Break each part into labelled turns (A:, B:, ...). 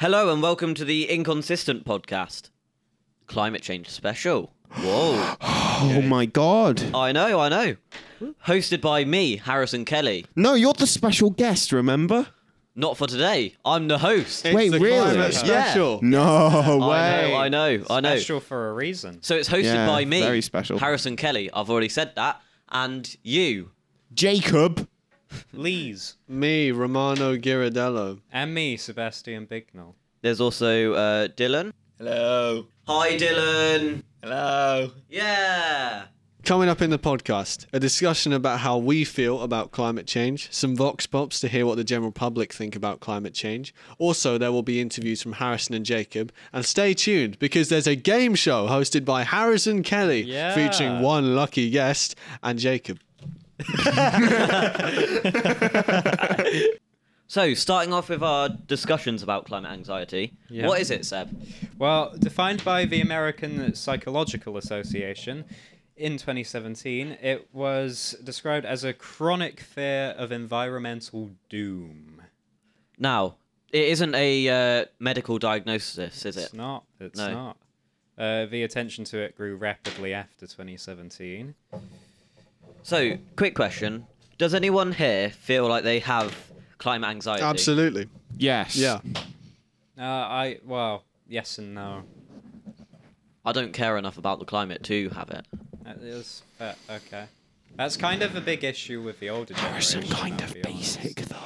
A: Hello and welcome to the Inconsistent Podcast, climate change special. Whoa.
B: Oh my god.
A: I know, I know. Hosted by me, Harrison Kelly.
B: No, you're the special guest, remember?
A: Not for today. I'm the host.
B: Wait,
C: the
B: really?
C: climate
A: Yeah.
C: special.
B: No
A: I
B: way.
A: know, I know, I know.
D: Special for a reason.
A: So it's hosted
B: Yeah,
A: by me,
B: very special.
A: Harrison Kelly. I've already said that. And you.
B: Jacob.
D: Lees
C: Me, Romano Ghirardello.
D: and me, Sebastian Bignell.
A: There's also uh, Dylan.
C: Hello.
A: Hi, Dylan.
C: Hello.
A: Yeah.
C: Coming up in the podcast, a discussion about how we feel about climate change, some vox pops to hear what the general public think about climate change. Also, there will be interviews from Harrison and Jacob. And stay tuned because there's a game show hosted by Harrison Kelly
D: Yeah.
C: featuring one lucky guest and Jacob.
A: So, starting off with our discussions about climate anxiety,
D: Yeah.
A: what is it, Seb?
D: Well, defined by the American Psychological Association in 2017, it was described as a chronic fear of environmental doom.
A: Now, it isn't a uh, medical diagnosis, is it?
D: It's not. It's
A: No.
D: not. Uh, the attention to it grew rapidly after 2017.
A: So, quick question: Does anyone here feel like they have climate anxiety?
C: Absolutely.
B: Yes.
C: Yeah.
D: Uh, I well, yes and no.
A: I don't care enough about the climate to have it.
D: That is uh, okay. That's kind of a big issue with the older generation.
B: Some kind
D: I'll
B: of
D: be honest.
B: basic though.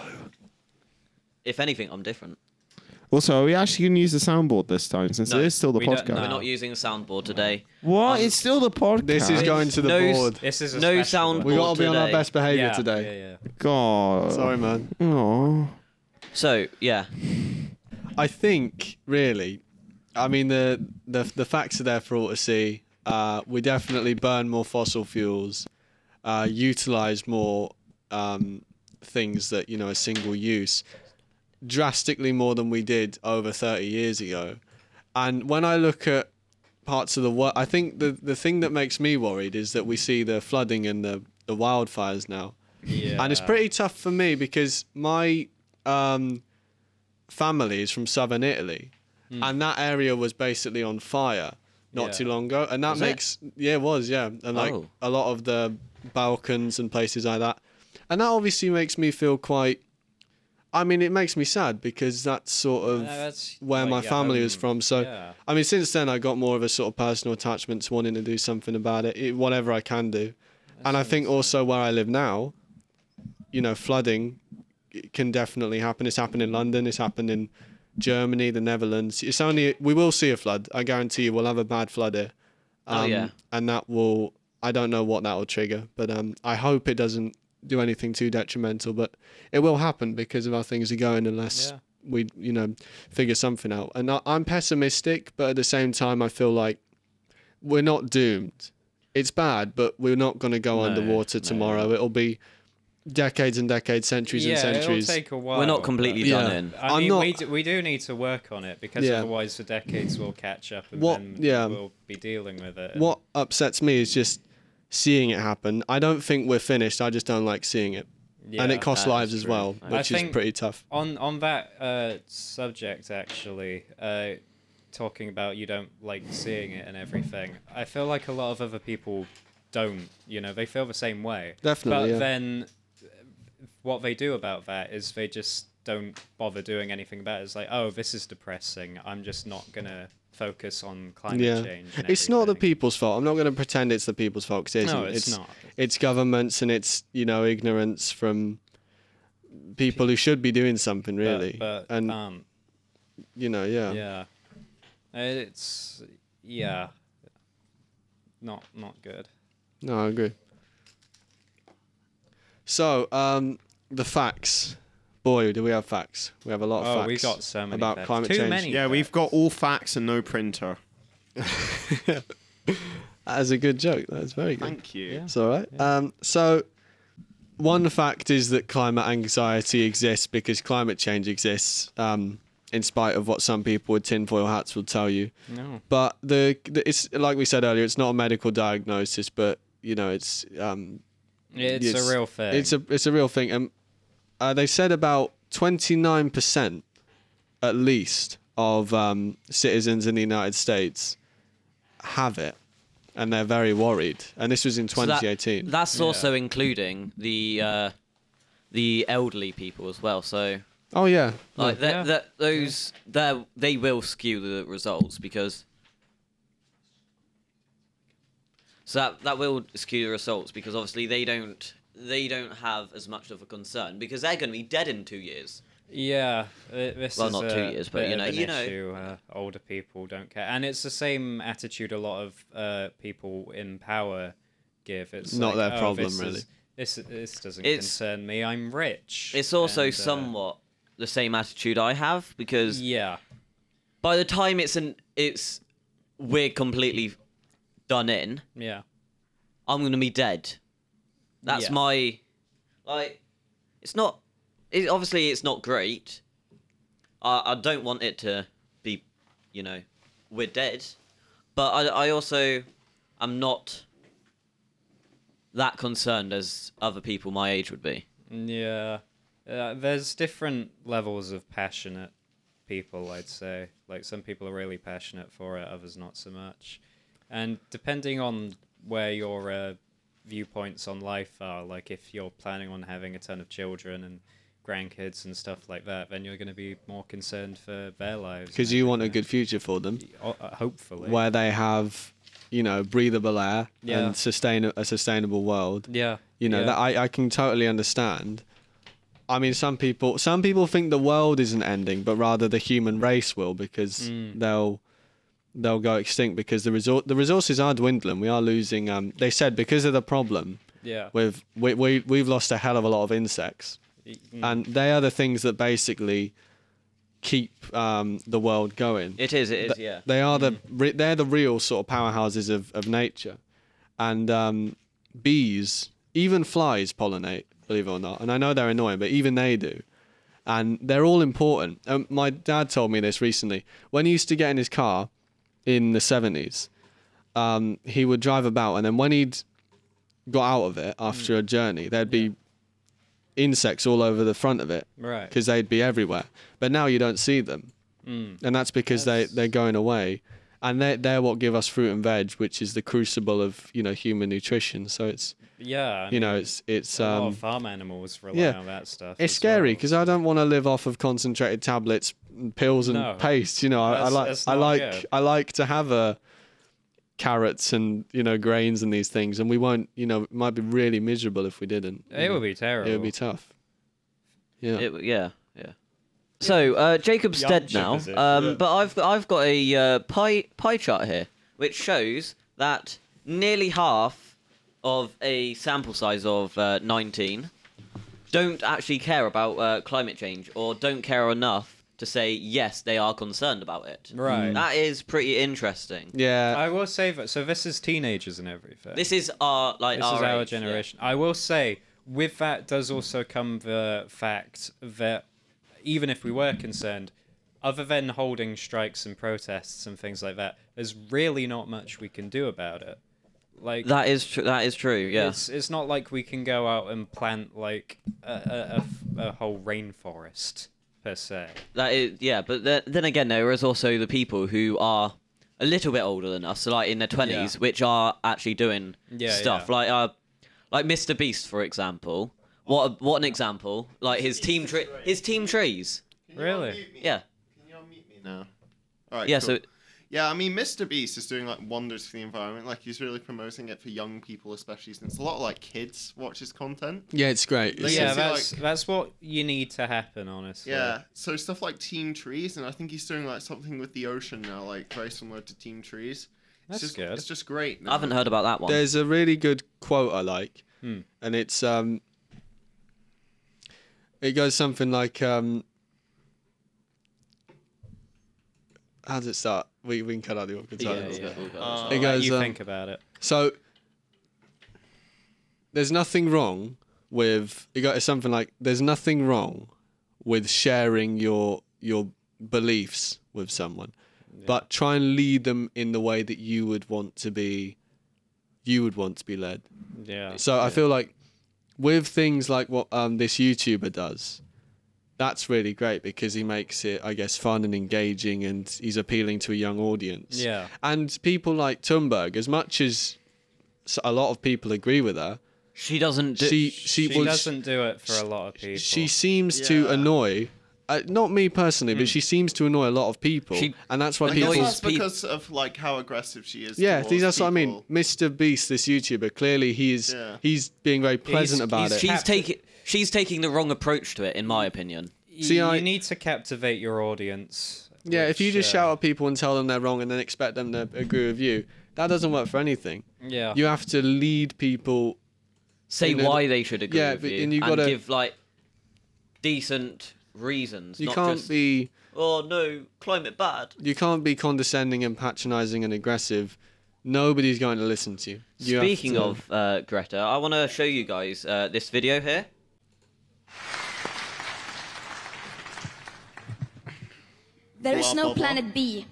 A: If anything, I'm different.
B: Also, are we actually gonna use the soundboard this time since
A: No,
B: it is still the
D: we don't-
B: podcast?
D: no.
A: We're not using a soundboard today.
B: What?
A: Um,
B: it's still the podcast.
C: This is going to the
A: No s-
C: board.
D: This is a
A: No
D: special
A: sound
D: one.
C: we got to be on our
A: today.
C: best behavior today.
D: Yeah, yeah.
B: God.
C: Sorry, man.
B: Aw.
A: So, yeah,
C: I think really, I mean the the the facts are there for all to see. Uh, we definitely burn more fossil fuels, uh, utilize more um, things that you know are single use, drastically more than we did over thirty years ago. And when I look at parts of the world, I think the the thing that makes me worried is that we see the flooding and the the wildfires now.
D: Yeah.
C: And it's pretty tough for me because my um, family is from southern Italy, and that area was basically on fire not
D: Hmm. Yeah.
C: too long ago, and that
A: Was it?
C: makes yeah, it was yeah, and like
A: Oh.
C: a lot of the Balkans and places like that, and that obviously makes me feel quite. I mean, it makes me sad because that's sort of
D: No, that's
C: where
D: like
C: my
D: your
C: family was
D: home.
C: from. So,
D: Yeah.
C: I mean, since then, I got more of a sort of personal attachment to wanting to do something about it, it whatever I can do. and I think also where I live now, you know, flooding it can definitely happen. It's happened in London, it's happened in Germany, the Netherlands. It's only, we will see a flood. I guarantee you, we'll have a bad flood here. Um,
A: Oh, yeah.
C: And that will, I don't know what that will trigger, but um, I hope it doesn't do anything too detrimental, but it will happen because of how things are going unless
D: Yeah.
C: we, you know, figure something out. And I, I'm pessimistic, but at the same time, I feel like we're not doomed. It's bad, but we're not going to go underwater tomorrow. It'll be decades and decades, centuries
D: yeah,
C: and centuries.
D: It'll take a while.
A: we're not completely
C: Yeah.
A: done in.
D: but- I
C: I'm
D: mean,
C: not-
D: we, do, we do need to work on it because
C: Yeah.
D: otherwise, for decades, we'll catch up and
C: What-
D: then
C: yeah.
D: we'll be dealing with it.
C: what upsets me is just seeing it happen. I don't think we're finished. I just don't like seeing it. and
D: Yeah,
C: it costs
A: that is
C: lives as
A: true.
C: well,
A: I
C: which is
D: think-
C: pretty tough.
D: on on that uh, subject actually uh, talking about you don't like seeing it and everything i feel like a lot of other people don't you know they feel the same way
C: Definitely,
D: but
C: yeah.
D: then uh, what they do about that is they just don't bother doing anything about it it's like oh this is depressing i'm just not gonna focus on climate
C: Yeah.
D: change and
C: It's not the
D: everything."
C: people's fault. I'm not going to pretend it's the people's fault 'cause it isn't.
D: No, it's not.
C: It's governments and it's, you know, ignorance from people who should be doing something
D: But-
C: really.
D: but,
C: and,
D: um
C: you know, yeah.
D: yeah it's yeah not not good
C: No, I agree. So, um, the facts. Boy, do we have facts. We have a lot of
D: Oh,
C: facts.
D: we've got so many
C: about
D: facts.
C: climate
D: Too
C: change.
D: many.
B: Yeah, we've got all facts and no printer.
C: That is a good joke. That's very good.
B: Thank you.
C: It's all right. Um, so, one fact is that climate anxiety exists because climate change exists, um, in spite of what some people with tinfoil hats will tell you.
D: no
C: But the, the it's like we said earlier, it's not a medical diagnosis, but you know, it's um,
D: it's,
C: It's-
D: a real thing
C: It's a it's a real thing, and uh, they said about twenty nine percent, at least, of um, citizens in the United States have it, and they're very worried. And this was in
A: So that-
C: 2018.
A: that's also including the uh, the elderly people as well. So
C: oh yeah,
A: like
D: Yeah.
A: that, that those they they will skew the results because so that that will skew the results because obviously they don't they don't have as much of a concern because they're going to be dead in two years.
D: Yeah, th- this
A: Well,
D: is
A: not two
D: a
A: years, but,
D: bit
A: you
D: of
A: know-
D: an
A: you know.
D: issue. Uh, older people don't care, and it's the same attitude a lot of uh, people in power give. It's
C: Not
D: like,
C: their
D: "Oh,
C: problem,
D: this
C: really."
D: Is, this this doesn't
A: It's-
D: concern me. I'm rich.
A: It's also
D: and, uh,
A: somewhat the same attitude I have because
D: yeah,
A: by the time it's an it's we're completely done in,
D: yeah,
A: I'm gonna be dead. That's
D: Yeah.
A: my like. It's not. It, obviously, it's not great. I I don't want it to be, you know, we're dead. But I I also am not that concerned as other people my age would be.
D: yeah. Uh, there's different levels of passionate people. I'd say, like some people are really passionate for it, others not so much, and depending on where your uh, viewpoints on life are, like if you're planning on having a ton of children and grandkids and stuff like that, then you're going to be more concerned for their lives.
C: because
D: and
C: you want a
D: everything.
C: good future for them,
D: O- uh, hopefully.
C: where they have, you know, breathable air
D: Yeah.
C: and sustain a sustainable world.
D: yeah,
C: You know
D: yeah.
C: that I, I can totally understand. I mean, some people some people think the world isn't ending, but rather the human race will because
D: Mm.
C: they'll they'll go extinct because the resor- the resources are dwindling. We are losing. Um, they said because of the problem
D: yeah.
C: with we, we we've lost a hell of a lot of insects,
D: Mm,
C: and they are the things that basically keep um, the world going.
A: It is. It is.
C: Th-
A: yeah. Mm-hmm.
C: They are the re- they're the real sort of powerhouses of, of nature, and um, bees, even flies pollinate, believe it or not. And I know they're annoying, but even they do, and they're all important. Um, my dad told me this recently. When he used to get in his car, in the seventies, um, he would drive about, and then when he'd got out of it after
A: Mm.
C: a journey, there'd be insects all over the front of it
D: right.
C: because they'd be everywhere. But now you don't see them,
D: Mm.
C: and that's because
D: That's-
C: they they're going away, and they they're what give us fruit and veg, which is the crucible of you know human nutrition. So it's
D: Yeah. I
C: you
D: mean,
C: know it's it's
D: a lot of
C: um
D: farm animals rely
C: yeah.
D: on that stuff.
C: it's
D: as
C: scary
D: well.
C: because I don't want to live off of concentrated tablets, and pills, and
D: No.
C: paste. You know, I, I
D: That's-
C: like
D: that's
C: I
D: not
C: like
D: good.
C: I like to have a carrots and you know grains and these things, and we won't. You know, it might be really miserable if we didn't. you
D: It
C: know.
D: would be terrible.
C: It would be tough. Yeah.
A: It, yeah, yeah. So uh, Jacob's
D: Young
A: dead
D: chip
A: now,
D: is it?
A: um,
D: Yeah.
A: but I've I've got a uh, pie pie chart here which shows that nearly half of a sample size of uh, 19 don't actually care about uh, climate change or don't care enough to say yes they are concerned about it. Mm.
D: Right.
A: That is pretty interesting.
C: yeah.
D: I will say that. So this is teenagers and everything.
A: This is our like
D: This
A: our,
D: is our
A: age, yeah.
D: generation. I will say, with that does also come the fact that even if we were concerned, other than holding strikes and protests and things like that, there's really not much we can do about it. Like
A: That is tr- that is true. Yeah.
D: it's it's not like we can go out and plant like a, a- a f- a whole rainforest per se.
A: That is, yeah, but then, then again, there is also the people who are a little bit older than us, so like in their twenties, which are actually doing
D: Yeah,
A: stuff
D: yeah.
A: like uh, like Mr. Beast, for example. What a, what an example! Like his team tree, his team trees.
B: Can
D: Really?
B: unmute me?
A: Yeah,
B: Can you unmute me now? All right.
A: yeah.
B: cool.
A: So
B: Yeah, I mean, Mr. Beast is doing like wonders for the environment. Like he's really promoting it for young people, especially since a lot of like kids watch his content.
C: Yeah, it's great.
B: Like,
C: It's-
D: yeah,
B: it's
D: that's
B: like-
D: that's what you need to happen, honestly.
B: Yeah, so stuff like Team Trees, and I think he's doing like something with the ocean now, like very similar to Team Trees.
D: That's
B: it's just,
D: good.
B: It's just great.
A: I haven't heard about that one.
C: There's a really good quote I like,
D: Hmm.
C: and it's um, it goes something like um, how does it start? We we can cut out the awkward
A: Yeah,
C: silence.
A: yeah, we'll go.
B: Uh,
C: It
D: I'll let
C: goes,
D: you
C: um,
D: think about it.
C: So there's nothing wrong with it got it's something like there's nothing wrong with sharing your your beliefs with someone, but try and lead them in the way that you would want to be, you would want to be led.
D: Yeah.
C: So I feel like with things like what um, this YouTuber does, that's really great because he makes it, I guess, fun and engaging, and he's appealing to a young audience.
D: Yeah.
C: And people like Thunberg, as much as s- a lot of people agree with her,
A: She doesn't. Do-
C: she
D: She
C: she, was
D: doesn't do it for a lot of people.
C: she seems to
B: Yeah.
C: annoy, uh, not me personally, but she seems to annoy a lot of people,
A: She
C: and that's why
B: I guess
C: people.
A: annoys
B: that's
A: people-
B: because of like how aggressive she is.
C: Yeah,
B: towards
C: these that's what I mean.
B: people.
C: Mr. Beast, this YouTuber, clearly he's
B: Yeah.
C: he's being very pleasant
D: He's-
C: about
D: he's
C: it.
A: she's
D: Captain.
A: taking. She's taking the wrong approach to it, in my opinion.
D: Y-
C: See,
D: you
C: I-
D: need to captivate your audience.
C: yeah, if you
D: which,
C: just
D: uh,
C: shout at people and tell them they're wrong and then expect them to agree with you, that doesn't work for anything.
D: yeah,
C: You have to lead people.
A: Say
C: You know,
A: why they should agree
C: yeah,
A: with
C: but-
A: you,
C: and you gotta-
A: give like decent reasons.
C: You
A: not
C: can't
A: just,
C: be
A: Oh no, climate bad.
C: you can't be condescending and patronizing and aggressive. Nobody's going to listen to you. you have
A: Speaking
C: to-
A: of uh, Greta, I want to show you guys uh, this video here.
E: There is
B: Blah,
E: no
B: blah, blah.
E: planet B.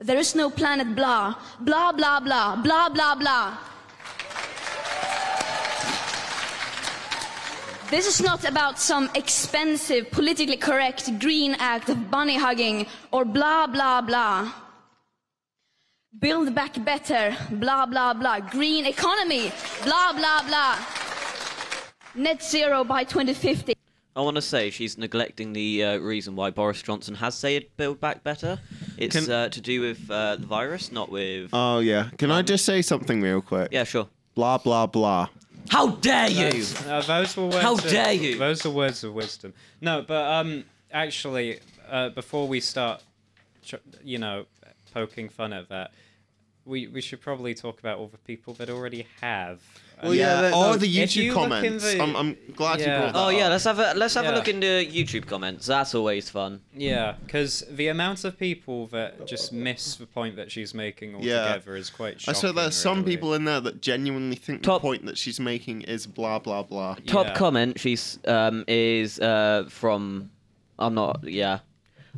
E: There is no planet blah. Blah, blah, blah. Blah, blah, blah. This is not about some expensive, politically correct green act of bunny hugging or blah, blah, blah. Build back better, blah, blah, blah. Green economy, blah, blah, blah. Net zero by 2050.
A: I want to say she's neglecting the uh, reason why Boris Johnson has said build back better. It's
D: Can-
A: uh, to do with uh, the virus, not with.
B: Oh yeah. Can I just say something real quick?
A: yeah, sure.
B: Blah blah blah.
A: How dare you!
D: That's- no, those were words
A: How
D: of,
A: dare you!
D: Those are words of wisdom. No, but um, actually, uh, before we start, tr- you know, poking fun at that, we we should probably talk about all the people that already have.
C: Well, yeah, that-
B: or
C: no,
B: the
D: if
B: YouTube
D: you look in
B: comments.
D: the-
B: I'm, I'm glad
D: Yeah.
B: you brought that
A: Oh
B: up.
A: yeah, let's have a let's have
D: Yeah.
A: a look into YouTube comments. That's always fun.
D: Yeah, because the amount of people that just miss the point that she's making
B: Yeah.
D: altogether is quite
B: I
D: shocking.
B: said there's some
D: really.
B: people in there that genuinely think
A: Top-
B: the point that she's making is blah blah blah.
A: Top
D: Yeah.
A: comment she's um is uh from I'm not yeah.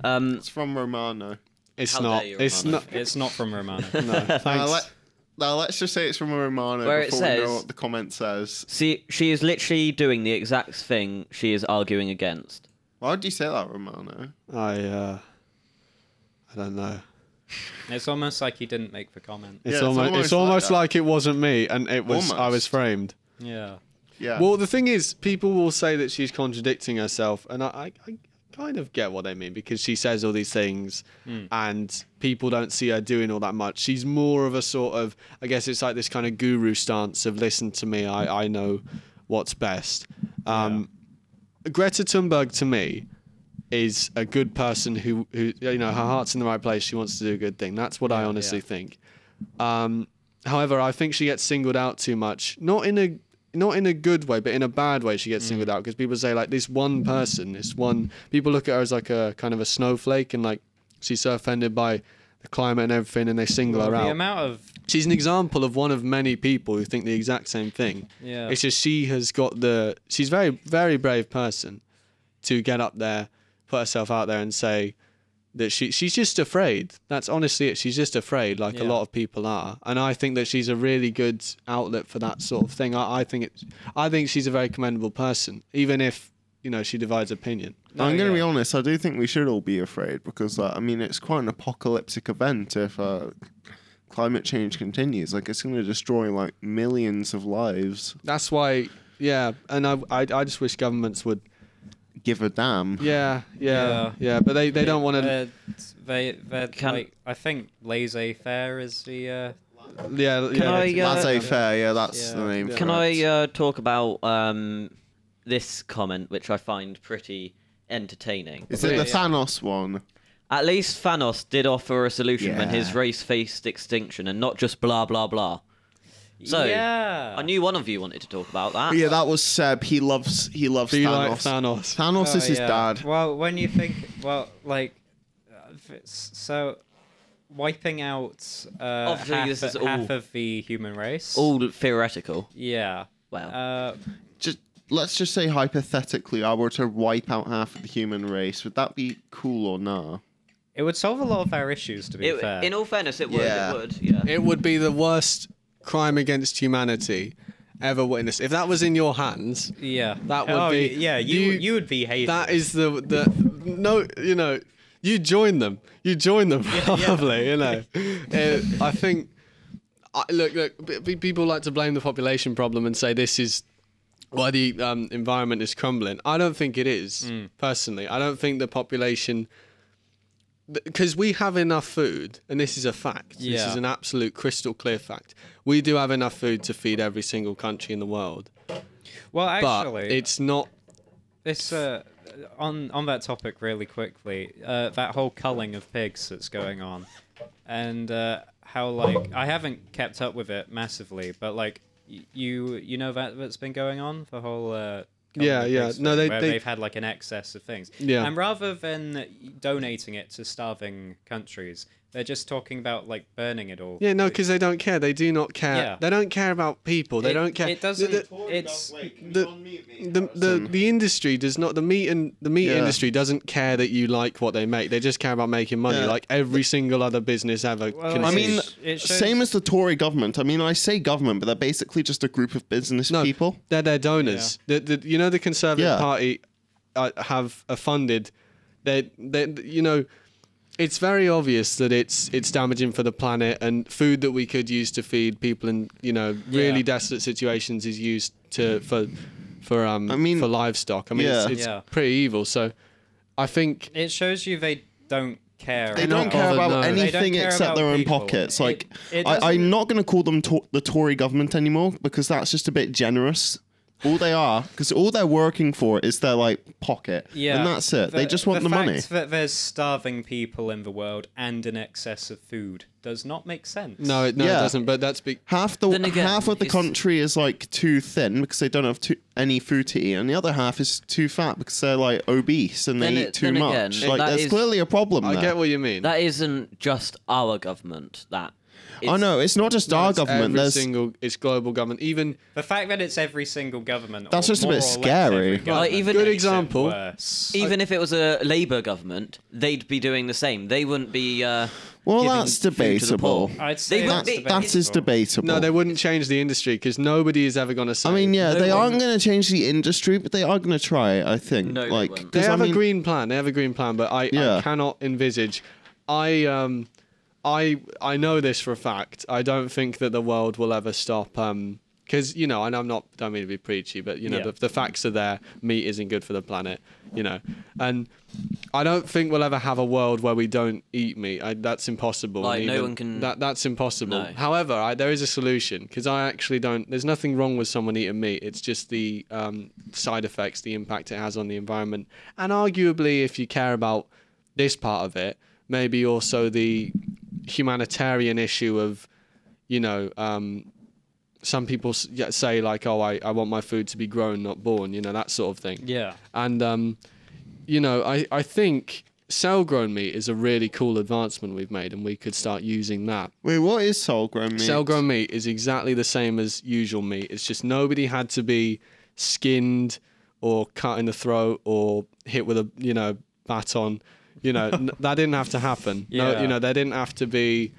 A: Um
B: It's from Romano.
C: it's
A: How
C: not
A: dare you,
C: it's
A: Romano.
C: not
D: It's not from Romano.
C: no, thanks.
B: Now, let, now let's just say it's from Romano
A: Where it
B: before we
A: says-
B: know what the comment says.
A: see she is literally doing the exact thing she is arguing against.
B: Why would you say that, Romano?
C: I uh I don't know.
D: it's almost like he didn't make the comment.
C: It's
B: it's
C: almost it's almost,
B: almost like that.
C: like, it wasn't me and it was I was
B: Almost.
C: framed.
D: Yeah.
B: Yeah.
C: Well, the thing is, people will say that she's contradicting herself, and I, I, I kind of get what they mean because she says all these things, and people don't see her doing all that much. She's more of a sort of, I guess it's like this kind of guru stance of listen to me, I, I know what's best. Um, Greta Thunberg to me is a good person who, who you know her heart's in the right place. She wants to do a good thing. That's what I honestly
D: yeah.
C: think. Um, however, I think she gets singled out too much. Not in a not in a good way, but in a bad way, she gets singled
D: Mm.
C: out because people say like this one person, this one. People look at her as like a kind of a snowflake, and like she's so offended by the climate and everything, and they single her out.
D: The amount of
C: She's an example of one of many people who think the exact same thing.
D: Yeah.
C: It's just she has got the she's a very very brave person to get up there, put herself out there and say that she she's just afraid. That's honestly it. She's just afraid like a
D: Yeah.
C: lot of people are. And I think that she's a really good outlet for that sort of thing. I, I think it's I think she's a very commendable person, even if, you know, she divides opinion.
B: I'm going to
D: yeah.
B: be honest. I do think we should all be afraid because, uh, I mean, it's quite an apocalyptic event if uh, climate change continues. Like, it's going to destroy like millions of lives.
C: That's why yeah, and I I, I just wish governments would
B: Give a damn.
C: yeah, yeah, yeah,
D: Yeah.
C: but they, they don't want to
D: Uh, they they're
A: Can-
D: like I think laissez faire is the uh,
C: Yeah,
A: Can
C: yeah.
A: I,
C: it's-
A: uh,
B: Laissez fair. Yeah, that's
D: Yeah.
B: the name.
A: Can
B: for
A: I
B: it.
A: uh, talk about um this comment which I find pretty entertaining?
B: Is it
C: Yeah,
B: the
C: yeah.
B: Thanos one?
A: At least Thanos did offer a solution when his
B: Yeah.
A: race faced extinction and not just blah blah blah. So
D: yeah.
A: I knew one of you wanted to talk about that.
B: Yeah, that was Seb. He loves. He loves Thanos.
C: Be like Thanos.
B: Thanos
D: Oh,
B: is his
D: yeah.
B: dad.
D: Well, when you think well, like uh, if it's- so wiping out uh,
A: Obviously,
D: half,
A: this is
D: half
A: all-
D: of the human race.
A: All theoretical.
D: yeah.
A: Wow.
D: Uh,
B: Just let's just say hypothetically, I were to wipe out half of the human race. Would that be cool or nah?
D: it would solve a lot of our issues, to be
A: It-
D: fair.
A: in all fairness, it would.
B: Yeah.
A: It would. Yeah.
C: It would be the worst crime against humanity, ever witnessed. If that was in your hands,
D: Yeah,
C: That would
D: oh,
C: be-
D: Yeah, you
C: you-
D: you, would be hated.
C: that is the the no. You know, you join them. You join them probably. You know, Uh, I think. I, look, look. p- p- People like to blame the population problem and say this is why the um, environment is crumbling. I don't think it is
D: Hmm.
C: personally. I don't think the population because we have enough food, and this is a fact. This
D: Yeah.
C: is an absolute crystal clear fact. We do have enough food to feed every single country in the world,
D: well,
C: but
D: actually,
C: it's not.
D: This uh, on on that topic really quickly. Uh, that whole culling of pigs that's going on, and uh, how like I haven't kept up with it massively, but like y- you you know that that's been going on the whole. Uh, culling
C: Yeah,
D: of
C: yeah.
D: pigs
C: No,
D: thing,
C: they-
D: where
C: they-
D: they've had like an excess of things.
C: Yeah.
D: And rather than donating it to starving countries, they're just talking about like burning it all.
C: Yeah, no, because they don't care. They do not care.
D: Yeah.
C: They don't care about people. They
D: It-
C: don't care.
D: It
C: The-
D: doesn't.
C: the-
D: it's
C: the- the, the the industry does not the meat and the meat
B: Yeah.
C: industry doesn't care that you like what they make. They just care about making money,
B: Yeah.
C: like every single other business ever. can
B: I
D: It
B: mean,
D: sh- it shows-
B: same as the Tory government. I mean, I say government, but they're basically just a group of business
C: no,
B: people.
C: they're their donors. The, the, you know, the Conservative
B: Yeah.
C: Party uh, have uh, funded. They, they, you know, it's very obvious that it's it's damaging for the planet and food that we could use to feed people in you know really
D: Yeah.
C: desolate situations is used to for for um
B: I mean-
C: for livestock. I mean,
B: Yeah.
C: it's, it's
D: Yeah.
C: pretty evil. So, I think
D: it shows you they don't care.
B: They
D: at
B: don't
D: all.
B: care
C: bothered,
B: about
C: no. They don't
B: anything
D: care
B: except
D: about
B: their own
D: people.
B: pockets.
D: It-
B: Like,
D: it
B: I, I'm
D: doesn't-
B: not going to call them to- the Tory government anymore because that's just a bit generous. All they are, because all they're working for is their like pocket,
D: Yeah,
B: and that's it. they just want the,
D: fact
B: money.
D: That there's starving people in the world and an excess of food does not make sense.
C: no, it, no,
B: Yeah.
C: it doesn't. But that's be-
B: half the
A: Then again,
B: half of the
A: it's-
B: country is like too thin because they don't have too, any food to eat, and the other half is too fat because they're like obese and
A: Then
B: they
A: it-
B: eat too
A: then again,
B: much. like,
A: that
B: there's
A: is-
B: clearly a problem.
C: I
B: there.
C: get what you mean.
A: That isn't just our government. That.
B: I
A: It's-
B: know Oh, it's not just our government.
C: Every
B: There's
C: single it's global government. Even
D: The fact that it's every single government.
B: That's
D: or
B: just a
D: more
B: bit
D: or less every
B: scary.
D: government
A: Like, even-
D: makes
A: Good
D: it
C: example.
D: worse.
A: Even if it was a Labour government, they'd be doing the same. They wouldn't be. Uh,
B: well,
A: giving
B: that's
A: food to the
B: debatable.
A: poor.
D: I'd say
A: They would
B: That,
D: that's
A: be-
B: that is debatable.
C: no, they wouldn't change the industry because nobody is ever going to say.
B: I mean, yeah,
A: No
B: they
A: one-
B: aren't going to change the industry, but they are going to try. it, I think.
A: No, they
B: like,
A: won't.
C: they
B: 'cause I
C: have
B: mean-
C: a green plan. They have a green plan, but I,
B: Yeah.
C: I cannot envisage. I um, I I know this for a fact. I don't think that the world will ever stop. Um, because you know, and I'm not don't mean to be preachy, but you know,
D: Yeah.
C: the, the facts are there. Meat isn't good for the planet, you know, and I don't think we'll ever have a world where we don't eat meat. I, that's impossible.
A: Like,
C: And
A: no one can-
C: That that's impossible.
A: No.
C: However, I, there is a solution because I actually don't. There's nothing wrong with someone eating meat. It's just the um, side effects, the impact it has on the environment, and arguably, if you care about this part of it, maybe also the humanitarian issue of, you know, um, some people s- yeah, say like, oh, I, I want my food to be grown, not born. You know, that sort of thing.
D: Yeah.
C: And um, you know, I, I think cell grown meat is a really cool advancement we've made, and we could start using that.
B: Wait, what is soul grown meat?
C: Cell grown meat is exactly the same as usual meat. It's just nobody had to be skinned or cut in the throat or hit with a you know baton. You know n- that didn't have to happen. No,
D: Yeah.
C: you know they didn't have to be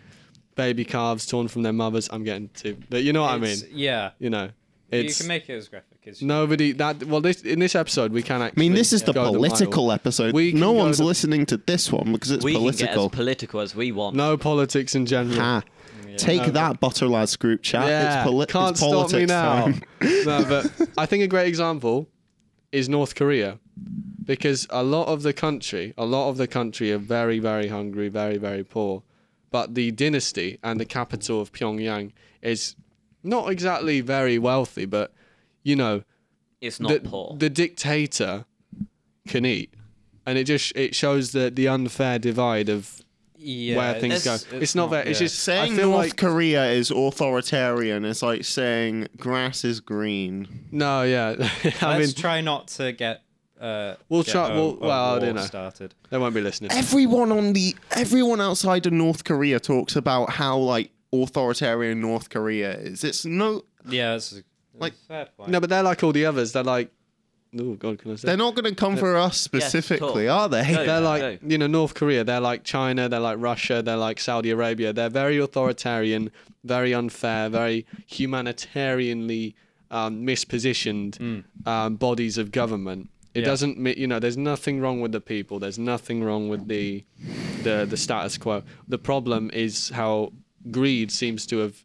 C: baby calves torn from their mothers. I'm getting to, but you know what
D: It's-
C: I mean.
D: Yeah.
C: You know,
D: You
C: it's
D: can make it as graphic as you
C: nobody that well. This in this episode we can.
B: I
C: Actually
B: mean, this is the
C: go
B: political
C: mile.
B: episode. no
C: We can go
B: one's
C: the-
B: listening to this one because it's
A: we can get
B: political.
A: as political as we want.
C: No politics in general.
B: Ha. Take that, Butter Lads group chat.
C: Yeah,
B: it's, poli- it's
C: can't
B: politics
C: stop me now.
B: time.
C: no, but I think a great example is North Korea, because a lot of the country, a lot of the country are very, very hungry, very, very poor, but the dynasty and the capital of Pyongyang is not exactly very wealthy, but you know,
A: It's not
C: the,
A: poor.
C: the dictator can eat, and it just it shows the the unfair divide of.
D: Yeah,
C: where things go.
D: it's-
C: It's,
D: it's
C: not,
D: not-
C: very. It's
D: yeah.
C: just
B: Saying
C: I feel
B: North
C: like
B: Korea is authoritarian is like saying grass is green.
C: no, yeah. I
D: Let's
C: mean,
D: try not to get. Uh,
C: We'll
D: get
C: try-
D: a-
C: we'll-
D: a
C: well, I
D: war
C: dunno.
D: Started.
C: they won't be listening.
B: Everyone on the everyone outside of North Korea talks about how like authoritarian North Korea is. It's no,
D: Yeah, that's a,
B: Like-
D: like fair point.
C: No, but they're like all the others. They're like, oh god, can I say?
B: they're not going to come for us specifically,
A: talk.
B: are they?
A: No.
C: They're like
A: Okay.
C: you know North Korea. They're like China. They're like Russia. They're like Saudi Arabia. They're very authoritarian, very unfair, very humanitarianly um, mispositioned
A: Hmm.
C: um, bodies of government. It
D: Yeah.
C: doesn't, mi- you know, there's nothing wrong with the people. There's nothing wrong with the, the the status quo. The problem is how greed seems to have,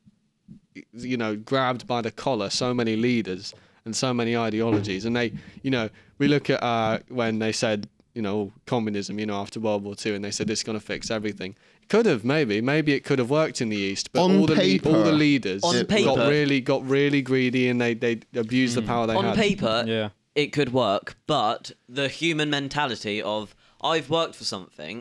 C: you know, grabbed by the collar so many leaders and so many ideologies. And they, you know, we look at uh, when they said, you know, communism, you know, after World War Two, and they said it's going to fix everything. Could have maybe, maybe it could have worked in the East, but
B: On
C: all the
B: paper.
C: all the leaders
A: On
C: got
A: paper.
C: really got really greedy and they they abused
B: Mm.
C: the power they
A: on
C: had.
A: paper,
D: Mm. Yeah.
A: it could work, but the human mentality of I've worked for something,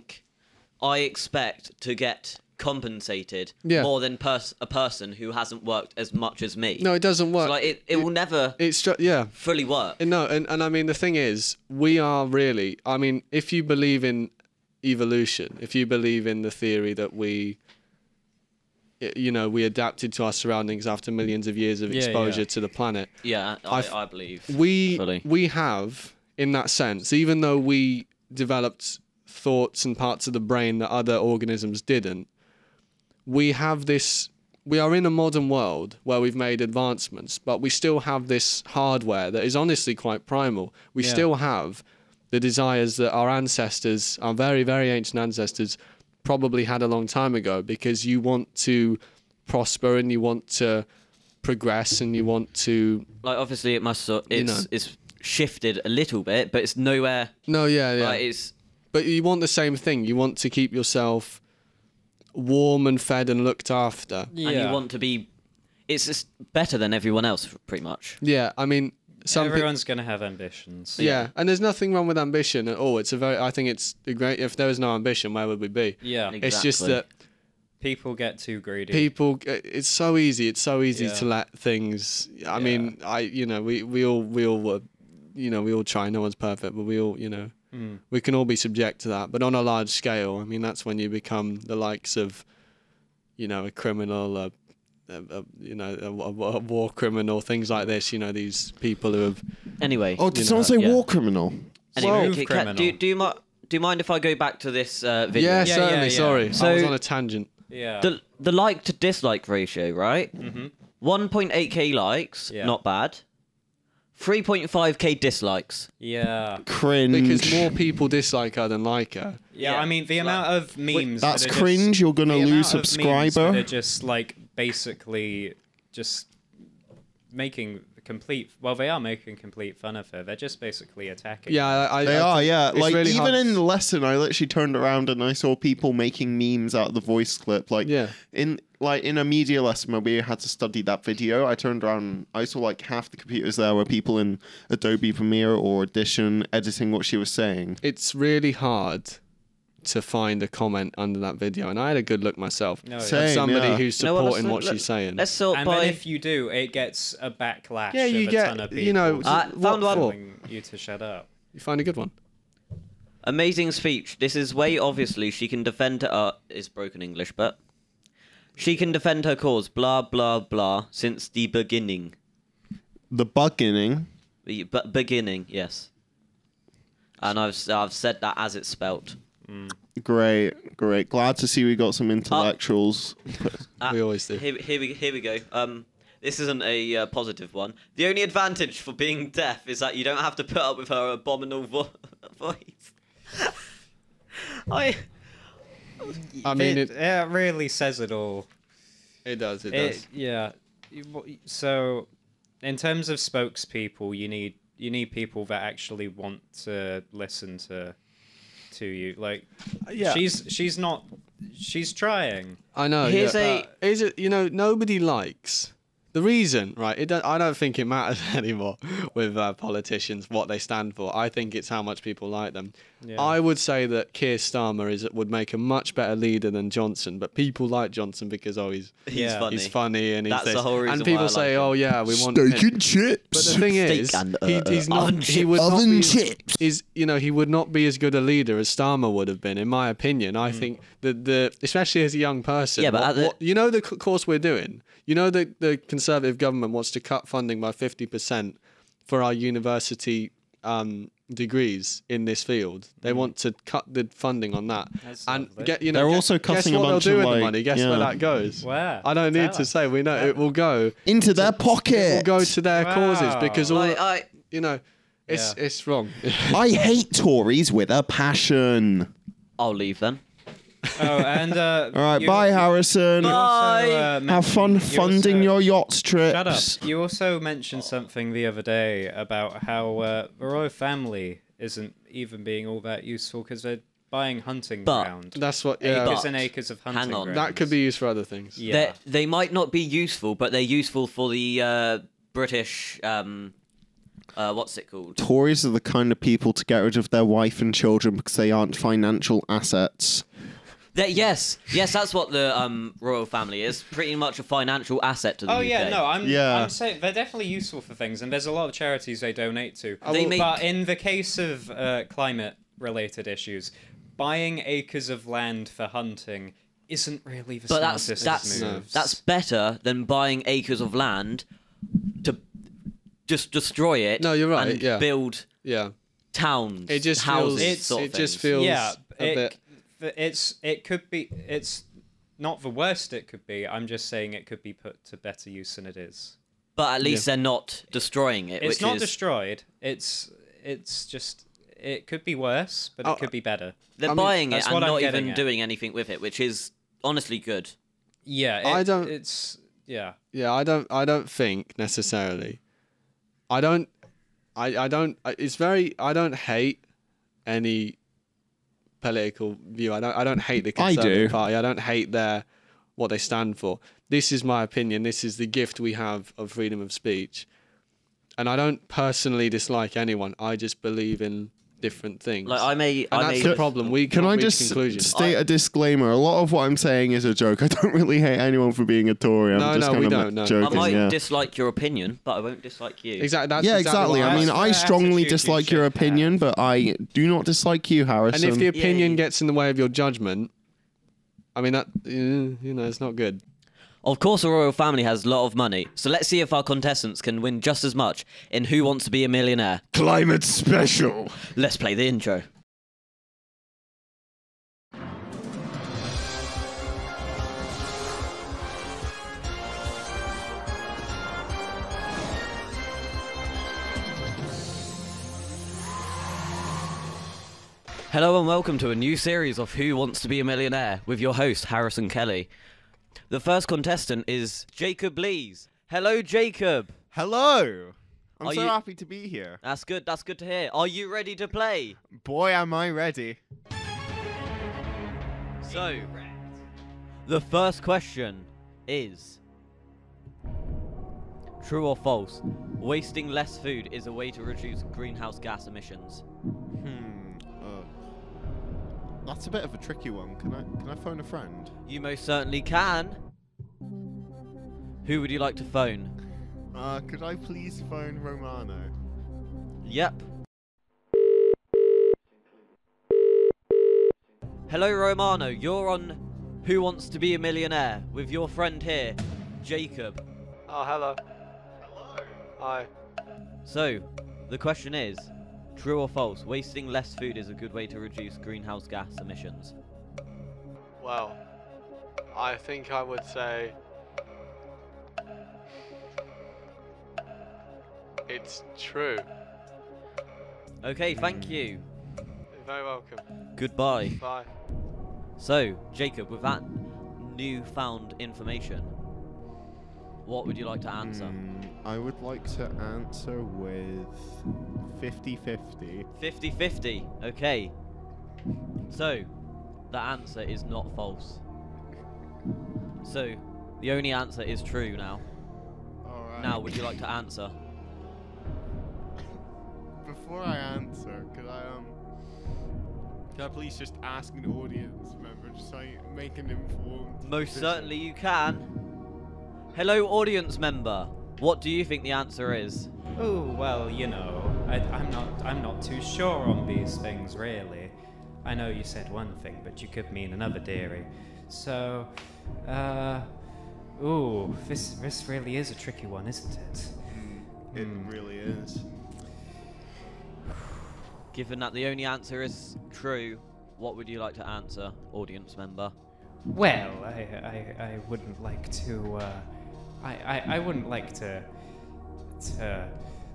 A: I expect to get compensated
C: Yeah.
A: more than pers- a person who hasn't worked as much as me.
C: No, it doesn't work.
A: So, like it, it will never
C: it's just yeah.
A: fully work.
C: And No, and, and I mean the thing is, we are really. I mean, if you believe in evolution, if you believe in the theory that we, y- you know, we adapted to our surroundings after millions of years of
D: Yeah, yeah.
C: exposure to the planet,
A: yeah, I,
C: I've-
A: I believe.
C: we
A: Fully.
C: we have in that sense even though we developed thoughts and parts of the brain that other organisms didn't we have this we are in a modern world where we've made advancements but we still have this hardware that is honestly quite primal we
D: Yeah.
C: still have the desires that our ancestors our very very ancient ancestors probably had a long time ago because you want to prosper and you want to progress and you want to
A: Like obviously, it must. sort it's
C: know.
A: it's shifted a little bit, but it's nowhere.
C: no yeah yeah
A: Like it's
C: But you want the same thing. You want to keep yourself warm and fed and looked after.
D: Yeah.
A: and you want to be. It's just better than everyone else, pretty much.
C: Yeah, I mean, some people.
D: Everyone's going to have ambitions.
C: Yeah. and there's nothing wrong with ambition at all. It's a very. I think it's a great. If there was no ambition, where would we be?
D: Yeah.
A: Exactly.
C: It's just that
D: People get too greedy.
C: people. uh, It's so easy. It's so easy
D: Yeah.
C: to let things. I mean, I. You know, we we all we all were. You know, we all try. No one's perfect, but we all. You know,
B: Hmm.
D: Hmm.
C: we can all be subject to that. But on a large scale, I mean, that's when you become the likes of. you know, a criminal, a, a, a you know, a, a- a war criminal, things like this. You know, these people who have.
A: Anyway.
B: Oh, did
C: You
B: someone
C: know,
B: say
A: yeah.
B: war criminal?
A: Anyway,
D: Smooth
A: c- ca-
D: criminal.
A: do do you mi- do you mind if I go back to this uh, video?
C: Yeah,
D: Yeah,
C: certainly.
D: yeah, yeah.
C: Sorry, I was
A: So-
C: on a tangent.
D: Yeah.
A: the the like to dislike ratio, right? Mm-hmm. 1.8k likes,
D: Yeah.
A: not bad. 3.5k dislikes.
D: yeah.
B: Cringe.
C: Because more people dislike her than like her.
D: Yeah,
A: Yeah.
D: I mean the amount of memes.
B: that's
D: that are
B: cringe,
D: Just,
B: you're gonna lose
D: the amount of Memes
B: subscriber.
D: that are just like basically just making complete. Well, they are making complete fun of her. They're just basically attacking.
C: Yeah, I, I,
B: They
C: I
B: are,
C: think
B: yeah.
C: it's
B: Like
C: really
B: even
C: hard-
B: in the lesson, I literally turned around and I saw people making memes out of the voice clip. Like
C: Yeah.
B: in like in a media lesson where we had to study that video, I turned around and I saw like half the computers there were people in Adobe Premiere or Audition editing what she was saying.
C: It's really hard to find a comment under that video, and I had a good look myself.
D: No,
C: of
B: Same,
C: somebody
B: yeah.
C: who's
A: You know what,
C: supporting
A: let's-
C: what she's
A: let-
C: saying.
A: Let's sort
D: And
A: by.
D: then if you do, it gets a backlash.
C: Yeah,
D: of
C: you
D: a
C: get-
D: ton of
C: you know,
D: people
A: I found one.
C: for?
D: telling you to shut up.
C: You find a good one.
A: Amazing speech. This is way obviously she can defend her. Uh, it's broken English, but. She can defend her cause, blah, blah, blah, since the beginning.
B: The beginning.
A: The b- beginning, yes. And I've, s- I've said that as it's spelt.
C: Mm.
B: Great, great. Glad to see we got
A: Uh,
B: some intellectuals.
A: Ah,
C: We always do.
A: Here, here we here we go. Um, this isn't a uh, positive one. The only advantage for being deaf is that you don't have to put up with her abominable vo- voice. I
C: I mean,
D: it,
C: it,
D: it really says it all.
C: it does. It
D: It-
C: does.
D: yeah. You- w- So, in terms of spokespeople, you need you need people that actually want to listen to to you. Like,
C: yeah.
D: she's she's not she's trying.
C: I know.
A: Here's
C: yeah.
A: a-
C: Uh, is it you know nobody likes the reason right? It don't, I don't think it matters anymore with uh, politicians what they stand for. I think it's how much people like them.
D: Yeah.
C: I would say that Keir Starmer is would make a much better leader than Johnson, but people like Johnson because oh he's
A: he's
D: Yeah.
A: funny.
C: he's funny and he's
A: That's the
C: this.
A: whole reason
C: and
A: why
C: people
A: I
C: say
A: like him.
C: oh yeah we want him.
B: Steak and
C: But
B: chips.
C: the thing
B: Steak
C: is,
B: and,
C: he,
B: uh,
C: he's not.
B: oven
C: he
B: chip-
C: would not
B: oven
C: be.
B: chips.
C: Is you know he would not be as good a leader as Starmer would have been, in my opinion. I think that the especially as a young person.
A: Hmm. Yeah, but
C: what-
A: at the-
C: what- you know the c- course we're doing. You know that the Conservative government wants to cut funding by fifty percent for our university um, degrees in this field. They want to cut the funding on that
D: Mm. That's
C: and
D: lovely.
C: get you know.
B: They're
C: guess-
B: also cutting a
C: guess what
B: bunch
C: they'll
B: of,
C: do with
B: like-
C: the money. Guess
B: yeah.
C: where that goes.
D: Wow.
C: I don't need
D: Tell
C: to
D: us.
C: say. We know it will go.
B: into their
C: It will
B: pocket.
C: go to their causes
D: Wow.
C: because all
A: Like, I,
C: you know, it's
D: Yeah.
C: it's wrong.
B: I hate Tories with a passion.
A: I'll leave then.
D: Oh, and uh,
B: All right,
D: you-
B: bye,
D: you
B: Harrison.
D: also, uh,
B: Have
D: mentioned-
B: fun
D: you
B: funding
D: also-
B: your yachts trips.
D: Shut up. You also mentioned something the other day about how uh, the royal family isn't even being all that useful because they're buying hunting
A: But-
D: ground.
C: That's what. Yeah,
D: acres
A: But-
D: and acres of hunting
A: hang on.
D: ground.
C: that could be used for other things.
D: Yeah.
A: They they might not be useful, but they're useful for the uh, British. Um, uh, what's it called?
B: Tories are the kind of people to get rid of their wife and children because they aren't financial assets.
A: They- yes, yes, that's what the um, royal family is. Pretty much a financial asset to the
D: Oh yeah,
A: UK.
D: no, I'm
B: Yeah.
D: I'm saying they're definitely useful for things, and there's a lot of charities they donate to.
A: They will- make-
D: But in the case of uh, climate-related issues, buying acres of land for hunting isn't really the
A: but that's
D: smartest of
A: that's
D: moves.
A: that's better than buying acres of land to just destroy it.
C: No, you're right,
A: And
C: yeah.
A: build
C: Yeah.
A: towns,
C: It just
A: houses,
C: feels. It,
A: sort of
C: just
A: things.
C: feels.
D: yeah.
C: a
D: It,
C: bit.
D: th- It's it could be it's not the worst it could be. I'm just saying it could be put to better use than it is.
A: But at least they're not destroying it.
D: It's
A: which
D: not
A: is,
D: destroyed. It's it's just it could be worse, but
C: Oh,
D: it could be better.
A: They're
C: I mean,
A: buying it
D: that's
A: and
D: what I'm
A: not
D: getting
A: even
D: at.
A: doing anything with it, which is honestly good.
D: Yeah,
C: I
D: it-
C: don't-
D: It's yeah.
C: Yeah, I don't. I don't think necessarily. I don't. I. I don't. I- It's very. I don't hate any political view. I don't. I don't hate the
B: I do.
C: Conservative Party. I don't hate their what they stand for. This is my opinion. This is the gift we have of freedom of speech, and I don't personally dislike anyone. I just believe in different things.
A: Like I may,
C: and
A: I
C: that's
A: may
C: the problem. We
B: Can
C: can't
B: I
C: reach
B: just
C: conclusions.
B: state a disclaimer? A lot of what I'm saying is a joke. I don't really hate anyone for being a Tory. I'm
C: No,
B: just
C: no, we
B: kind of
C: don't, no.
A: I
B: joking.
A: might
B: yeah.
A: dislike your opinion, but I won't dislike you.
C: Exactly. That's
B: yeah, exactly.
C: what
B: I
D: I'm
B: mean,
D: saying.
B: I
D: That's the
B: strongly
D: attitude you
B: dislike your
D: should have.
B: opinion, but I do not dislike you,
C: And
B: Harrison.
C: if the
A: Yeah,
C: opinion
A: you-
C: gets in the way of your judgment, I mean that eh, you know it's not good.
A: Of course, the royal family has a lot of money, so let's see if our contestants can win just as much in Who Wants to Be a Millionaire.
B: Climate special.
A: Let's play the intro. Hello and welcome to a new series of Who Wants to Be a Millionaire with your host, Harrison Kelly. The first contestant is Jacob Lees. Hello, Jacob.
C: Oh!
B: Hello. I'm
A: Are so you-
B: happy to be here.
A: That's good, that's good to hear. Are you ready to play?
B: Boy, am I ready.
A: So, the first question is True or false? Wasting less food is a way to reduce greenhouse gas emissions.
B: Hmm. Uh, that's a bit of a tricky one. Can I can I phone a friend?
A: You most certainly can. Who would you like to phone?
B: Uh, could I please phone Romano?
A: Yep. Hello, Romano. You're on Who Wants to Be a Millionaire with your friend here, Jacob.
C: Oh hello. Hello. Hi.
A: So, the question is true or false? Wasting less food is a good way to reduce greenhouse gas emissions.
C: Well, I think I would say it's true.
A: Okay, thank you.
C: You're very welcome.
A: Goodbye.
C: Mm. Bye.
A: So, Jacob, with that newfound information, what would you like to answer?
B: Mm, I would like to answer with 50 50.
A: 50 50. Okay. So, the answer is not false. So, the only answer is true now.
B: Alright.
A: Now, would you like to answer?
B: Before I answer, could I, um. Could I please just ask an audience member just so I make an informed.
A: Most
B: decision?
A: certainly you can. Hello, audience member. What do you think the answer is?
D: Oh well, you know, I, I'm not. I'm not too sure on these things really. I know you said one thing, but you could mean another, dearie. So, uh, ooh, this this
A: Hmm.
D: really is a tricky one, isn't it?
B: It really is.
A: Given that the only answer is true, what would you like to answer, audience member?
D: Well, I, I, I wouldn't like to. Uh, I, I, I wouldn't like to. To,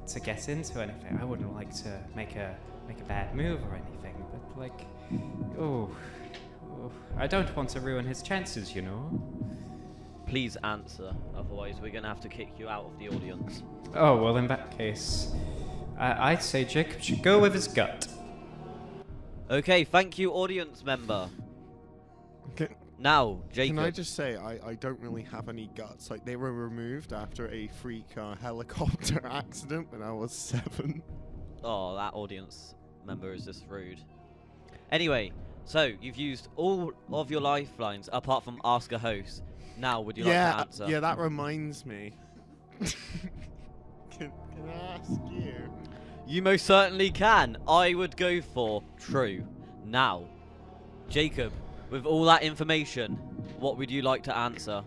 D: to get into anything. I wouldn't like to make a make a bad move or anything. But like, oh, oh I don't want to ruin his chances. You know.
A: Please answer, otherwise we're gonna have to kick you out of the audience.
D: Oh well, in that case, I, I'd say Jacob should go with his gut.
A: Okay, thank you, audience member.
B: Can,
A: Now, Jacob.
B: can I just say, I, I don't really have any guts. Like, they were removed after a freak uh, helicopter accident when I was seven.
A: Oh, that audience member is just rude. Anyway, so you've used all of your lifelines apart from ask a host. Now, would you
B: yeah,
A: like to answer?
B: Uh, yeah, that reminds me. can, can I ask you?
A: You most certainly can. I would go for true. Now, Jacob, with all that information, what would you like to answer?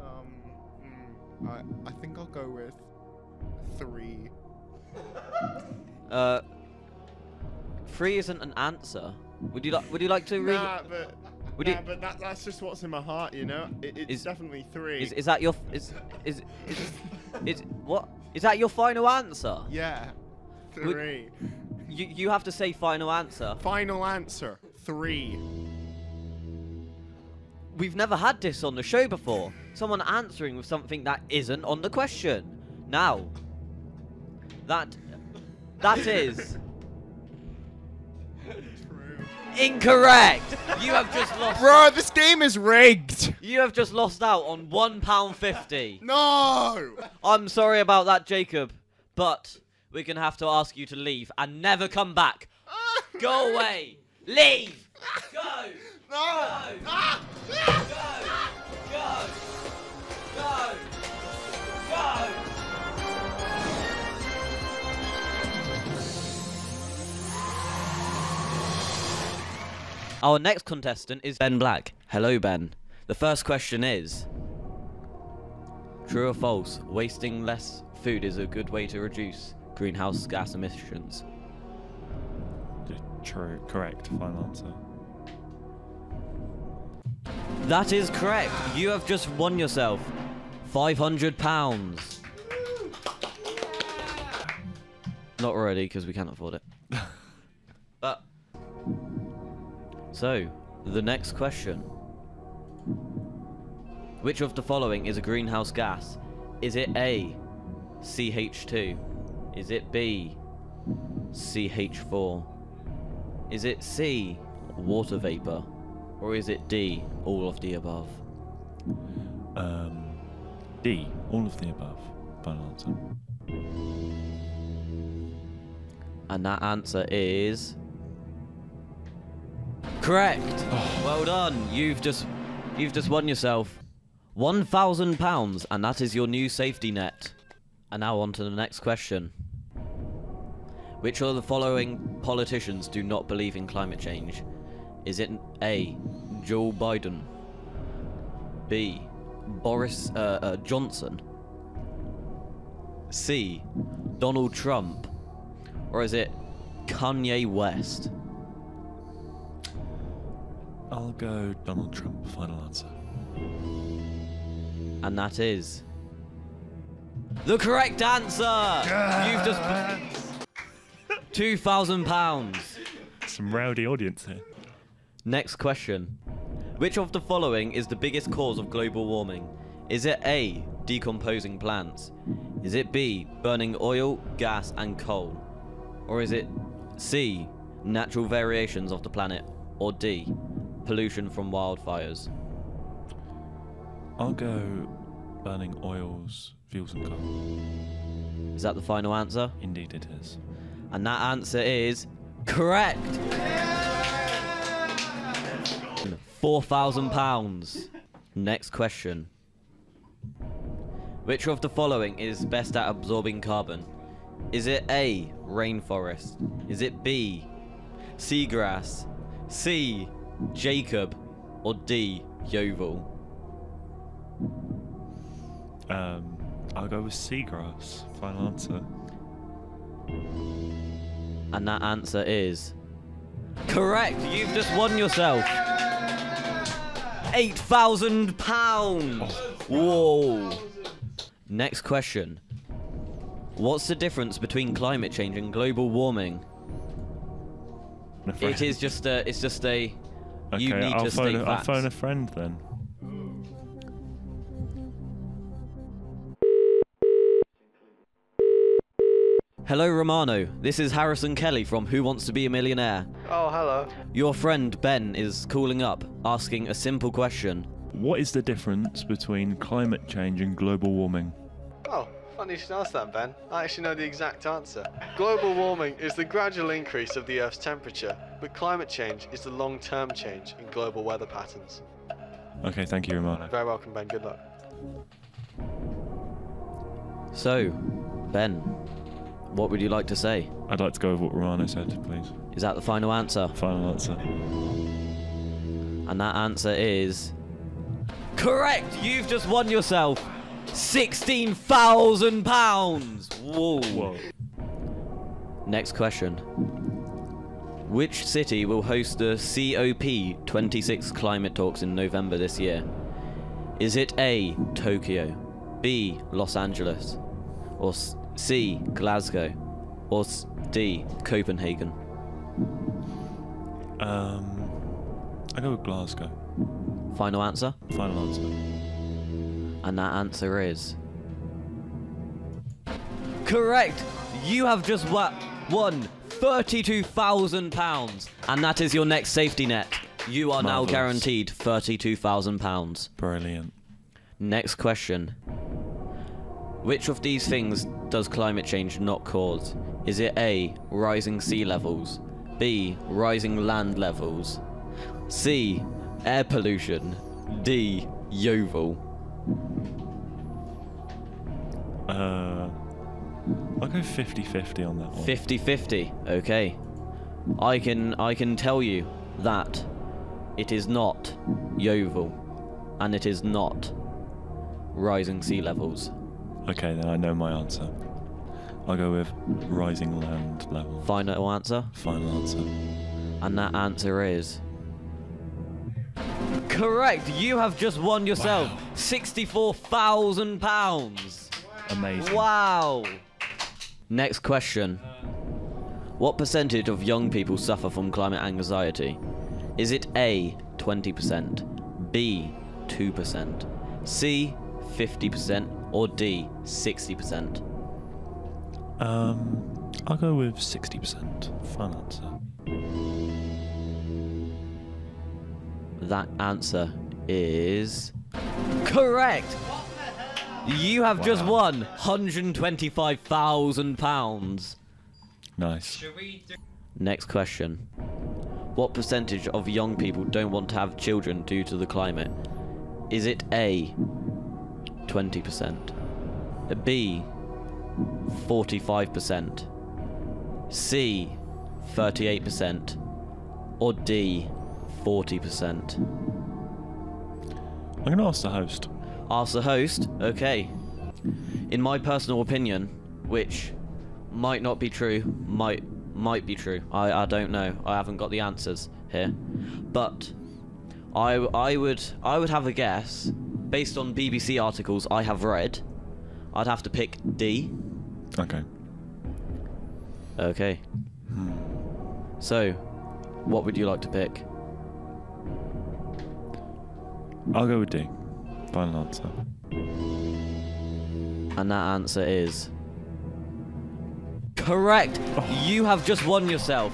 B: Um, mm, I, I think I'll go with three.
A: Uh, three isn't an answer. Would you like? Would you like to read?
B: Nah, but,
A: Would
B: nah,
A: it-
B: but that, that's just what's in my heart, you know? It, it's
A: Is-
B: definitely three.
A: Is, is that your? f- Is is is, is what? Is that your final answer?
B: yeah,
A: Would-
B: three.
A: You you have to say final answer.
B: Final answer, three.
A: We've never had this on the show before. Someone answering with something that isn't on the question. Now, that that is
B: True.
A: incorrect. You have just lost.
B: Bro, this game is rigged.
A: You have just lost out on one pound fifty.
B: No.
A: I'm sorry about that, Jacob, but we're gonna have to ask you to leave and never come back. Go away. Leave. Go.
B: No. Ah!
A: Go. Go. Go. Go. Our next contestant is Ben Black. Hello, Ben. The first question is True or false, wasting less food is a good way to reduce greenhouse gas emissions?
F: True. Correct. Final answer.
A: That is correct. You have just won yourself £500. Not already, because we can't afford it. but. So, the next question Which of the following is a greenhouse gas? Is it A, CH2? Is it B, CH4? Is it C, water vapor? Or is it D, all of the above?
F: Um, D. All of the above. Final answer.
A: And that answer is. Correct! well done! You've just. You've just won yourself £1,000, and that is your new safety net. And now on to the next question. Which of the following politicians do not believe in climate change? Is it A. Joe Biden? B. Boris uh, uh, Johnson? C. Donald Trump? Or is it Kanye West?
F: I'll go Donald Trump. Final answer.
A: And that is the correct answer. You've just two thousand pounds.
F: Some rowdy audience here.
A: Next question: Which of the following is the biggest cause of global warming? Is it A. Decomposing plants? Is it B. Burning oil, gas, and coal? Or is it C. Natural variations of the planet? Or D. Pollution from wildfires?
F: I'll go burning oils, fuels, and coal.
A: Is that the final answer?
F: Indeed, it is.
A: And that answer is correct. Four thousand pounds. Next question. Which of the following is best at absorbing carbon? Is it A. Rainforest? Is it B. Seagrass? C. Jacob? Or D. Yeovil?
F: Um, I'll go with seagrass. Final answer.
A: And that answer is correct. You've just won yourself eight thousand pounds.
F: Oh,
A: Whoa. Next question. What's the difference between climate change and global warming?
F: A friend.
A: It is just a. It's just a.
F: Okay,
A: you need
F: I'll
A: to
F: phone.
A: stay
F: a, I'll
A: facts.
F: phone a friend then.
A: Hello, Romano. This is Harrison Kelly from Who Wants to Be a Millionaire.
G: Oh, hello.
A: Your friend Ben is calling up, asking a simple question.
F: What is the difference between climate change and global warming?
C: Oh, funny you should ask that, Ben. I actually know the exact answer. Global warming is the gradual increase of the Earth's temperature, but climate change is the long term change in global weather patterns.
F: Okay, thank you, Romano.
C: Very welcome, Ben. Good luck.
A: So, Ben, what would you like to say?
F: I'd like to go with what Romano said, please.
A: Is that the final answer?
F: Final answer.
A: And that answer is correct. You've just won yourself sixteen thousand pounds. Whoa.
F: Whoa.
A: Next question. Which city will host the COP26 climate talks in November this year? Is it A. Tokyo, B. Los Angeles, or s- C. Glasgow, or s- D. Copenhagen?
F: Um, I go with Glasgow.
A: Final answer?
F: Final answer.
A: And that answer is. Correct! You have just wa- won £32,000, and that is your next safety net. You are
F: Marvellous.
A: now guaranteed £32,000.
F: Brilliant.
A: Next question Which of these things does climate change not cause? Is it A, rising sea levels, B, rising land levels, C, air pollution, D, Yeovil?
F: Uh, I'll go 50-50 on that one.
A: 50-50 okay i can i can tell you that it is not yeovil and it is not rising sea levels
F: Okay, then I know my answer. I'll go with rising land level.
A: final answer
F: Final answer.
A: and that answer is correct you have just won yourself 64000 pounds
F: Amazing.
A: Wow. Next question. What percentage of young people suffer from climate anxiety? Is it A, 20%, B, 2%, C, 50%, or D, 60%?
F: Um, I'll go with 60%. Final answer.
A: That answer is correct. You have just
F: Wow.
A: won £125,000.
F: Nice.
A: Next question. What percentage of young people don't want to have children due to the climate? Is it A 20%, B 45%, C 38%, or D 40%?
F: I'm going to ask the host.
A: Ask the host, okay. In my personal opinion, which might not be true, might might be true. I, I don't know. I haven't got the answers here. But I I would I would have a guess based on BBC articles I have read. I'd have to pick D.
F: Okay. Hmm.
A: Okay. So, what would you like to pick?
F: I'll go with D. Final answer.
A: And that answer is correct. You have just won yourself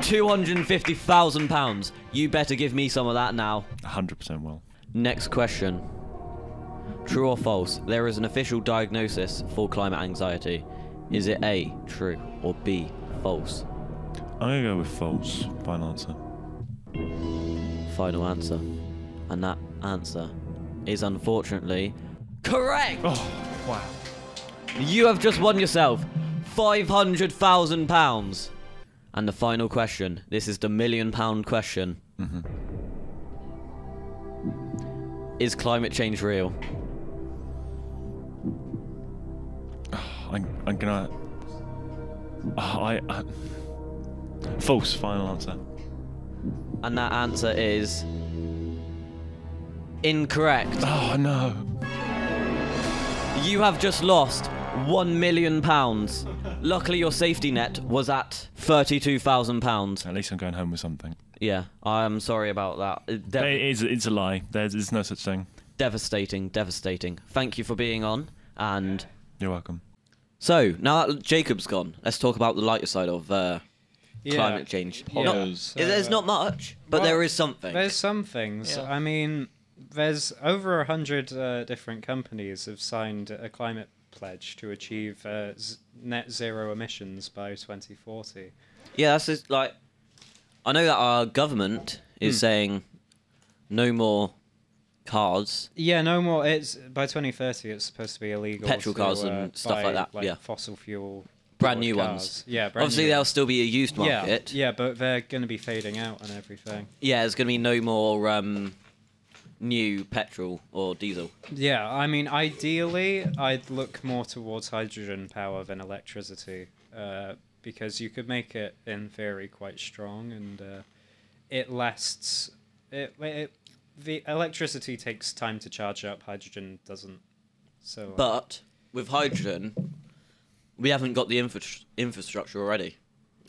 A: two hundred and fifty thousand pounds. You better give me some of that now.
F: 100% will.
A: Next question. True or false? There is an official diagnosis for climate anxiety. Is it A, true, or B, false?
F: I'm going to go with false. Final answer.
A: Final answer. And that answer is unfortunately correct!
F: Oh, wow.
A: You have just won yourself £500,000. And the final question. This is the million pound question.
F: Mm-hmm.
A: Is climate change real?
F: I'm, I'm gonna. uh, I, I. False. Final answer.
A: And that answer is incorrect.
F: Oh no.
A: You have just lost one million pounds. Luckily, your safety net was at thirty-two thousand pounds.
F: At least I'm going home with something.
A: Yeah, I'm sorry about that. Uh, de-
F: It is. It's a lie. There's, there's no such thing.
A: devastating, devastating. Thank you for being on. And
F: You're welcome.
A: so now that Jacob's gone, let's talk about the lighter side of uh,
D: Yeah.
A: climate change.
D: Yeah.
A: Not-
D: Yes.
A: there's not much, but
D: uh, Well,
A: there is something.
D: There's some things.
A: Yeah.
D: I mean, there's over a hundred uh, different companies have signed a climate pledge to achieve uh, z- net zero emissions by 2040.
A: Yeah, that's just like I know that our government is saying no more cars.
D: Yeah, no more. It's by 2030. It's supposed to be illegal.
A: Petrol
D: to,
A: cars
D: uh,
A: and stuff like
D: buy,
A: that, yeah.
D: fossil fuel.
A: Brand new
D: powered
A: ones.
D: cars. Yeah. Brand
A: Obviously,
D: new
A: there'll
D: ones.
A: still be a used market.
D: Yeah, yeah, but they're going to be fading out and everything.
A: Yeah, there's going to be no more um, new petrol or diesel.
D: Yeah, I mean, ideally, I'd look more towards hydrogen power than electricity, uh, because you could make it, in theory, quite strong, and uh, it lasts. It, it the electricity takes time to charge up. Hydrogen doesn't. So. uh,
A: But with hydrogen, we haven't got the infra- infrastructure already.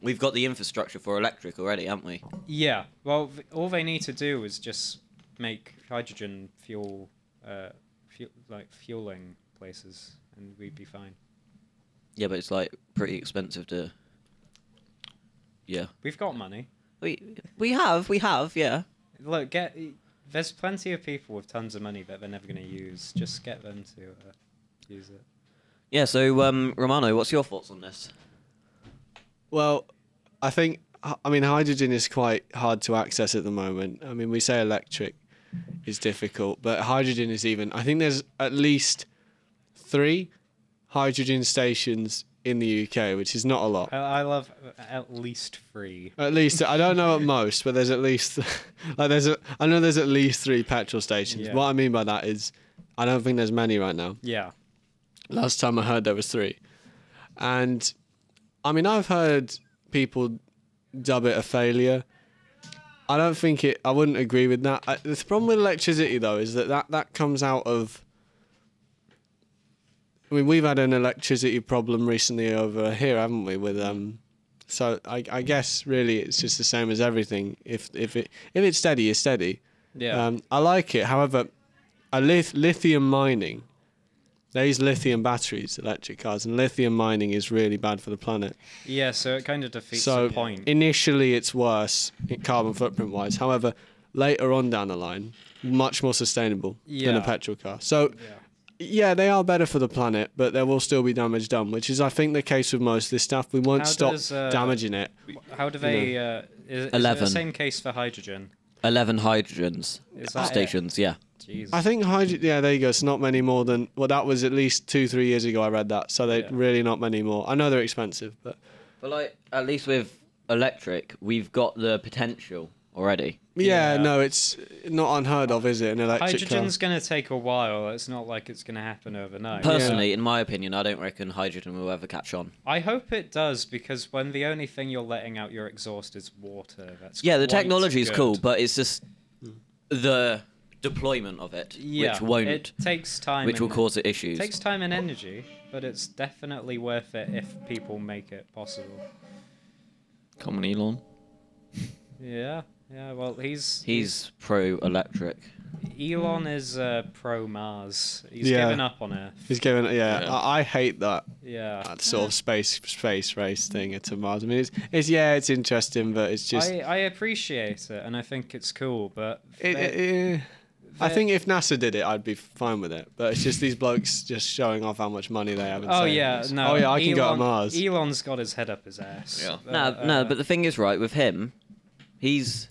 A: We've got the infrastructure for electric already, haven't we?
D: Yeah. Well, th- all they need to do is just make hydrogen fuel, uh, fuel like fueling places, and we'd be fine.
A: Yeah, but it's like pretty expensive to. Yeah,
D: We've got money.
A: we we have we have yeah.
D: Look, get. There's plenty of people with tons of money that they're never going to use. Just get them to uh, use it.
A: Yeah, so um, Romano, what's your thoughts on this?
C: Well, I think I mean hydrogen is quite hard to access at the moment. I mean, we say electric is difficult, but hydrogen is even. I think there's at least three hydrogen stations in the UK, which is not a
A: Oh.
C: lot.
D: I, I love uh, at least three.
C: At least I don't know at most, but there's at least like there's a, I know there's at least three petrol stations.
D: Yeah.
C: What I mean by that is I don't think there's many right now.
D: Yeah.
C: Last time I heard there was three. And I mean I've heard people dub it a failure. I don't think it I wouldn't agree with that. I, the problem with electricity though is that that, that comes out of I mean we've had an electricity problem recently over here, haven't we, with um so I, I guess really it's just the same as everything. If if it if it's steady, it's steady.
D: Yeah.
C: Um, I like it. However, a lith- lithium mining, they use lithium batteries, electric cars, and lithium mining is really bad for the planet.
D: yeah. So it kind of defeats
C: so
D: the point.
C: initially, it's worse i- carbon footprint wise. However, later on down the line, much more sustainable than
D: Yeah.
C: a petrol car. So. Yeah, they are better for the planet, but there will still be damage done, which is, I think, the case with most of this stuff. We won't
D: How
C: stop
D: does, uh,
C: damaging it.
D: How do they? Uh, is, is it
A: Eleven.
D: the same case for hydrogen?
A: Eleven hydrogens
D: Is that it?
A: stations. Yeah,
D: Jeez.
C: I think hydrogen. Yeah, there you go. It's not many more than. Well, that was at least two, three years ago. I read that, so they are
D: Yeah.
C: really not many more. I know they're expensive, but
A: but like at least with electric, we've got the potential already.
C: yeah,
D: Yeah.
C: no, it's not unheard of, is it? An electric
D: Hydrogen's
C: car.
D: going to take a while. It's not like it's going to happen overnight.
A: Personally, in my opinion, I don't reckon hydrogen will ever catch on.
D: I hope it does because when the only thing you're letting out your exhaust is water, that's
A: Yeah, the
D: quite
A: technology is cool,
D: good.
A: but it's just the deployment of it,
D: yeah,
A: which won't,
D: It takes time.
A: which will
D: and-
A: cause it issues.
D: Takes time and energy, but it's definitely worth it if people make it possible.
A: Come on, Elon.
D: Yeah, yeah. Well, he's
A: He's pro electric.
D: Elon is uh, pro Mars. He's
C: Yeah.
D: given up on Earth.
C: He's going. Yeah,
A: Yeah.
C: I, I hate that,
D: Yeah.
C: that sort of space space race thing at Mars. I mean, it's, it's yeah, it's interesting, but it's just.
D: I, I appreciate it and I think it's cool, but
C: it,
D: there-
C: it- it- I think if NASA did it, I'd be fine with it. But it's just these blokes just showing off how much money they have. And
D: oh
C: saying
D: yeah,
C: it's,
D: no.
C: Oh yeah, I can go to
D: Elon- E
C: Mars.
D: Elon's got his head up his ass.
A: Yeah.
D: Uh,
A: No,
D: uh,
A: no, but the thing is, right, with him, he's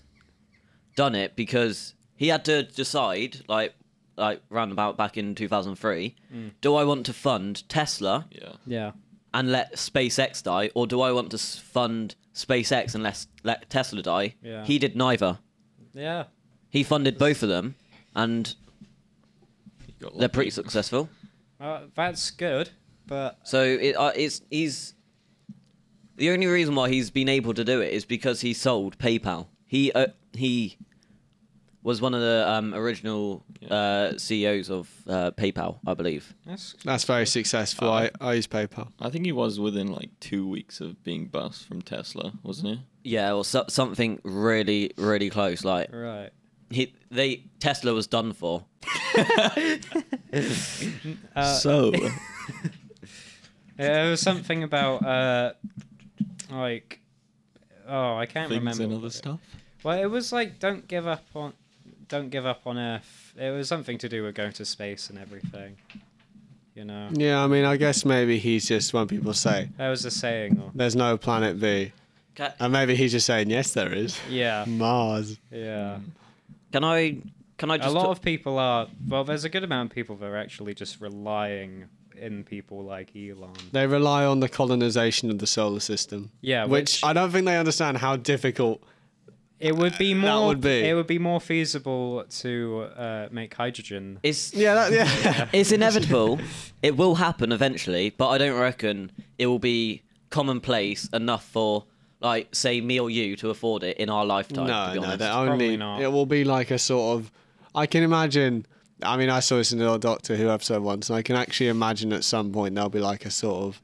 A: done it because he had to decide, like, like roundabout back in 2003, do I want to fund Tesla
D: Mm. yeah.
A: and let SpaceX die, or do I want to s- fund SpaceX and let, let Tesla die?
D: Yeah.
A: He did neither.
D: Yeah.
A: He funded both of them, and they're pretty successful.
D: Uh, that's good. but
A: So it, uh, it's he's the only reason why he's been able to do it is because he sold PayPal. He uh, he was one of the um, original uh, CEOs of uh, PayPal, I believe.
D: that's
C: That's very successful. I, I use PayPal.
G: Uh, I think he was within like two weeks of being bust from Tesla, wasn't he?
A: Yeah, or so, something really really close. Like
D: right.
A: he, they Tesla was done for.
G: so
D: Yeah, there was something about uh, like oh, I can't
G: things
D: remember.
G: and
D: what
G: other
D: it-
G: stuff.
D: Well, it was like don't give up on don't give up on Earth. It was something to do with going to space and everything. You know,
C: Yeah, I mean, I guess maybe he's just when people say
D: that was a saying. Or,
C: there's no planet V,
A: Can,
C: and maybe he's just saying yes, there is.
D: yeah,
C: Mars.
D: yeah.
G: Hmm.
A: can I can I just
D: a lot
A: ta-
D: of people are. Well, there's a good amount of people that are actually just relying in people like Elon.
C: They rely on the colonization of the solar system.
D: Yeah,
C: which,
D: which-
C: I don't think they understand how difficult.
D: It would
G: Uh,
D: be more.
C: would be-
D: It would be more feasible to uh, make hydrogen.
A: it's
C: Yeah, that, yeah.
A: it's inevitable. it will happen eventually, but I don't reckon it will be commonplace enough for like say me or you to afford it in our lifetime. to
C: no,
A: be
C: no,
A: honest.
C: they're
D: Probably
C: only.
D: not.
C: It will be like a sort of. I can imagine. I mean, I saw this in the old Doctor Who episode once, and I can actually imagine at some point there'll be like a sort of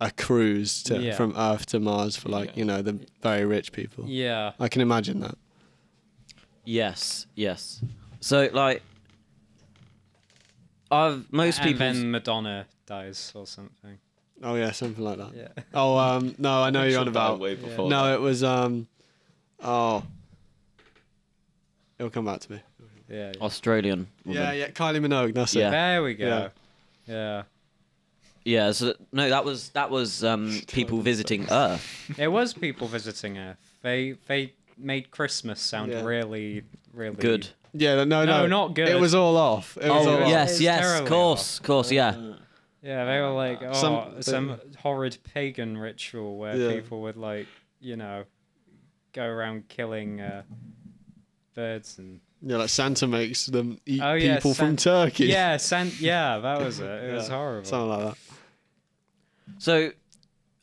C: a cruise to,
D: Yeah.
C: from Earth to Mars for like you know the very rich people.
D: Yeah.
C: I can imagine that.
A: Yes, yes. So like, I've most
D: and
A: people.
D: then Madonna dies or something.
C: Oh yeah, something like that.
D: Yeah.
C: Oh um, no, I know you're on about.
G: way before that.
C: No, it was um, oh, it'll come back to me.
D: Yeah. yeah.
A: Australian. Woman.
C: Yeah, yeah, Kylie Minogue. That's
A: Yeah.
C: it.
D: There we go. Yeah.
A: Yeah, So no, that was that was um, people visiting Earth.
D: It was people visiting Earth. They they made Christmas sound
C: Yeah.
D: really really
A: Good.
C: Yeah, no,
D: No,
C: no,
D: not good.
C: It was all off. It was
A: Oh
C: all off.
A: yes,
D: It's
A: yes, of
D: terribly
A: course, of course, yeah.
C: Uh.
D: Yeah, they were like oh
C: Some- uh,
D: some, horrid pagan ritual where
C: Yeah.
D: people would like you know go around killing uh, birds and
C: Yeah, like Santa makes them eat
D: Oh,
C: people
D: yeah,
C: from
D: San-
C: Turkey.
D: yeah san- yeah that was it. It was
C: Yeah,
D: horrible.
C: something like
A: So,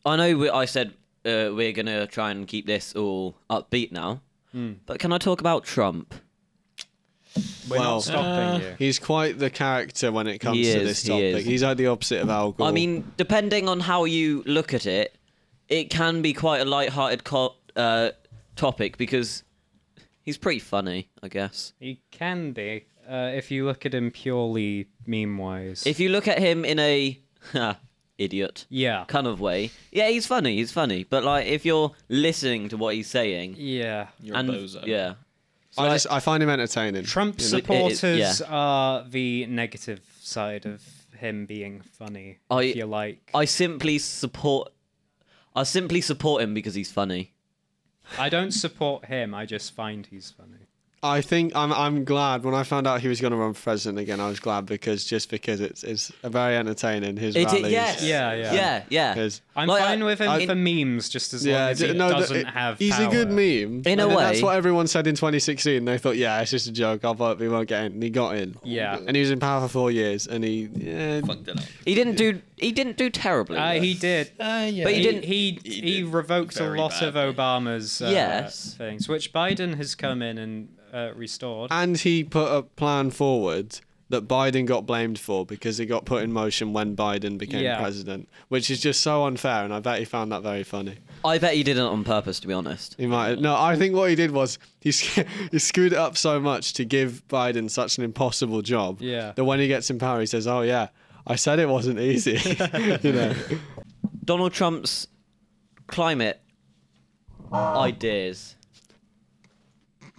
A: I know we, I said uh, we're gonna try and keep this all upbeat now,
C: Hmm.
A: but can I talk about Trump?
D: we're
C: well,
D: not stopping you.
C: that. He's quite the character when it comes
A: He
C: to
A: is,
C: this
A: he
C: topic.
A: is.
C: He's like the opposite of Al Gore.
A: I mean, depending on how you look at it, it can be quite a light-hearted co- uh, topic because he's pretty funny, I guess.
D: He can be uh, if you look at him purely meme wise.
A: If you look at him in a ha, idiot
D: yeah
A: kind of way, yeah, he's funny, he's funny. But like, if you're listening to what he's saying,
D: yeah
G: You're
A: and
G: a bozo.
A: yeah,
C: I just I find him entertaining.
D: Trump
A: know, it- it-
D: supporters are the negative side of him being funny.
A: I-
D: if you like,
A: I simply support. I simply support him because he's funny.
D: I don't support him. I just find he's funny.
C: I think I'm I'm glad when I found out he was going to run for president again. I was glad because just because it's it's very entertaining. His
A: It,
C: rallies.
A: it, yes.
D: Yeah, yeah.
A: Yeah, yeah.
C: His-
D: I'm
A: Like,
D: fine
A: I-
D: with him
A: I-
D: for memes, just as long
C: Yeah,
D: as he
C: d- no,
D: doesn't
C: th-
D: have.
C: he's
D: power.
C: a good meme.
A: In a
C: And that's
A: way.
C: what everyone said in 2016. They thought, yeah, it's just a joke. I'll vote, we won't get in. And he got in.
D: Yeah.
C: and he was in power for four years, and he yeah,
G: Fucked it up.
A: He didn't do. He didn't do terribly.
D: Uh,
A: though.
D: he did.
G: yeah.
A: But
D: He,
A: he didn't.
D: He he,
G: he did
D: revoked a
G: very
D: lot
G: badly.
D: of Obama's uh,
A: Yes.
D: things, which Biden has come in and uh, restored.
C: and he put a plan forward that Biden got blamed for because it got put in motion when Biden became
D: Yeah.
C: president, which is just so unfair. And I bet he found that very funny.
A: I bet he did it on purpose, to be honest.
C: He might. No, I think what he did was he sc- he screwed it up so much to give Biden such an impossible job.
D: Yeah.
C: That when he gets in power, he says, "Oh yeah, I said it wasn't easy." you know.
A: Donald Trump's climate ideas.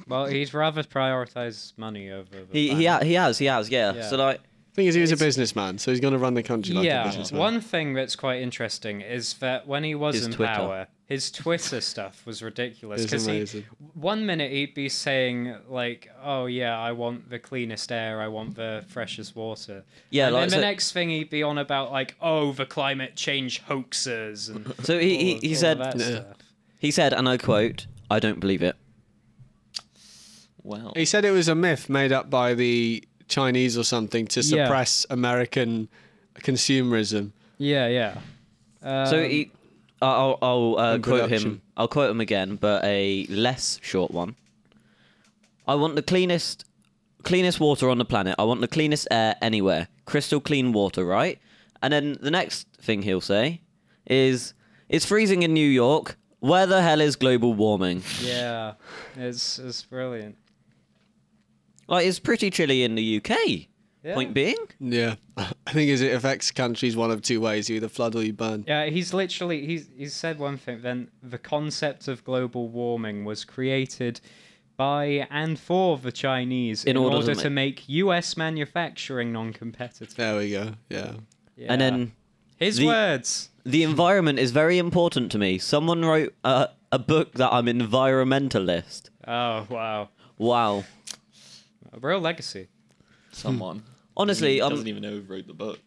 D: well, he'd rather prioritize money over. The
A: He he
D: planet.
A: ha- he has he has yeah.
D: Yeah.
A: So like
C: Thing is, he was a businessman, so he's going to run the country like a
D: yeah,
C: businessman.
D: one thing that's quite interesting is that when he was
A: His
D: in
A: Twitter.
D: power, his Twitter stuff was ridiculous.
C: It's
D: Because
C: amazing.
D: he, one minute he'd be saying like, "Oh yeah, I want the cleanest air, I want the freshest water."
A: Yeah,
D: and
A: like,
D: then the
A: so-
D: next thing he'd be on about like, "Oh, the climate change hoaxes." And
A: so he he, he
D: all
A: said
D: of that stuff.
A: he said and I quote I don't believe it.
G: Wow.
C: He said it was a myth made up by the Chinese or something to
D: Yeah.
C: suppress American consumerism.
D: Yeah, yeah. Um,
A: so he, I'll, I'll uh,
C: and
A: quote him.
C: production.
A: I'll quote him again, but a less short one. I want the cleanest, cleanest water on the planet. I want the cleanest air anywhere. Crystal clean water, right? And then the next thing he'll say is, "It's freezing in New York. Where the hell is global warming?
D: yeah, it's it's brilliant.
A: Like it's pretty chilly in the UK.
D: Yeah.
A: Point being,
C: Yeah. I think is it affects countries one of two ways: you either flood or you burn.
D: Yeah, he's literally he's he's said one thing. Then the concept of global warming was created by and for the Chinese
A: In
D: in,
A: order
D: order,
A: to
D: to make U.S. manufacturing non-competitive.
C: There we go. Yeah.
A: and
D: Yeah.
A: then."
D: his
A: the-
D: words.
A: The environment is very important to me. Someone wrote a, a book that I'm environmentalist.
D: Oh wow,
A: Wow.
D: a real legacy.
G: Someone
A: Honestly,
G: Hmm. He
A: um, I'm
G: doesn't even know who wrote the book.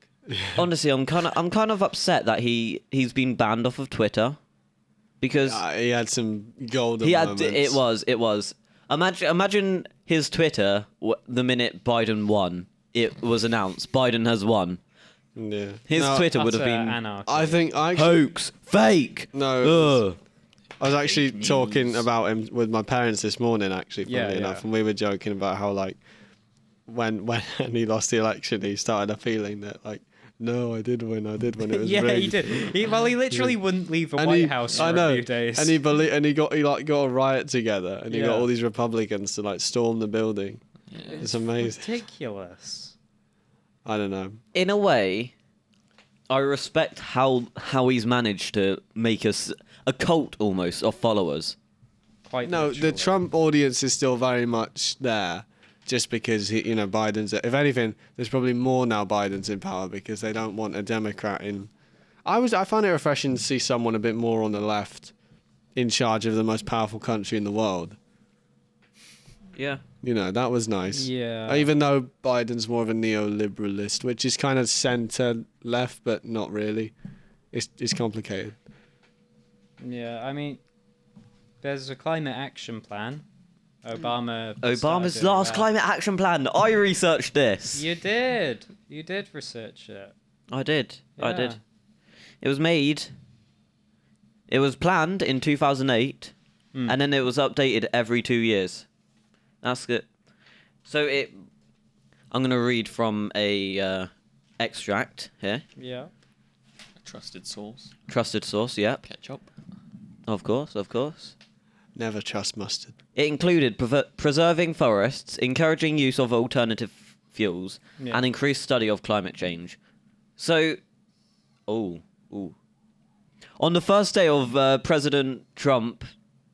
A: honestly I'm kind of I'm kind of upset that he he's been banned off of Twitter because
C: Uh, he had some golden.
A: he had
C: moments.
A: it was it was imagine imagine his Twitter w- the minute Biden won. It was announced Biden has won.
C: Yeah.
A: His
C: No,
A: Twitter would have
D: Utter
A: been
D: anarchy.
C: I think I actually,
A: hoax, fake.
C: No, it was-
A: Ugh.
C: I was actually
G: Fake
C: talking
G: news.
C: about him with my parents this morning. Actually, funny
D: Yeah, yeah.
C: enough, and we were joking about how like when when he lost the election, he started a feeling that like, no, I did win. I did win. It was
D: yeah,
C: rigged.
D: he did. He, well, he literally wouldn't leave the White House for
C: I know,
D: a few days.
C: And he belie- and he got he like got a riot together, and he
D: Yeah.
C: got all these Republicans to like storm the building. It's amazing.
D: ridiculous.
C: I don't know.
A: in a way, I respect how how he's managed to make us a cult almost of followers.
D: Quite
C: No, the
D: literally.
C: Trump audience is still very much there, just because he, you know Biden's. If anything, there's probably more now Biden's in power because they don't want a Democrat in. I was I found it refreshing to see someone a bit more on the left, in charge of the most powerful country in the world.
A: Yeah.
C: You know that was nice.
D: Yeah.
C: Even though Biden's more of a neoliberalist, which is kind of centre left, but not really. It's it's complicated.
D: Yeah, I mean, there's a climate action plan. Obama.
A: Hmm. Obama's
D: started doing
A: last
D: that.
A: climate action plan. I researched this.
D: You did. You did research it.
A: I did. I did.
D: Yeah.
A: It was made. It was planned in 2008,
D: Hmm.
A: and then it was updated every two years. That's good. So it. I'm gonna read from a uh, extract here.
D: Yeah.
G: A trusted source.
A: Trusted source. Yep.
G: Ketchup.
A: Of course. Of course.
C: Never trust mustard.
A: It included prever- preserving forests, encouraging use of alternative f- fuels,
D: Yeah.
A: and increased study of climate change. So, oh, ooh. On the first day of uh, President Trump,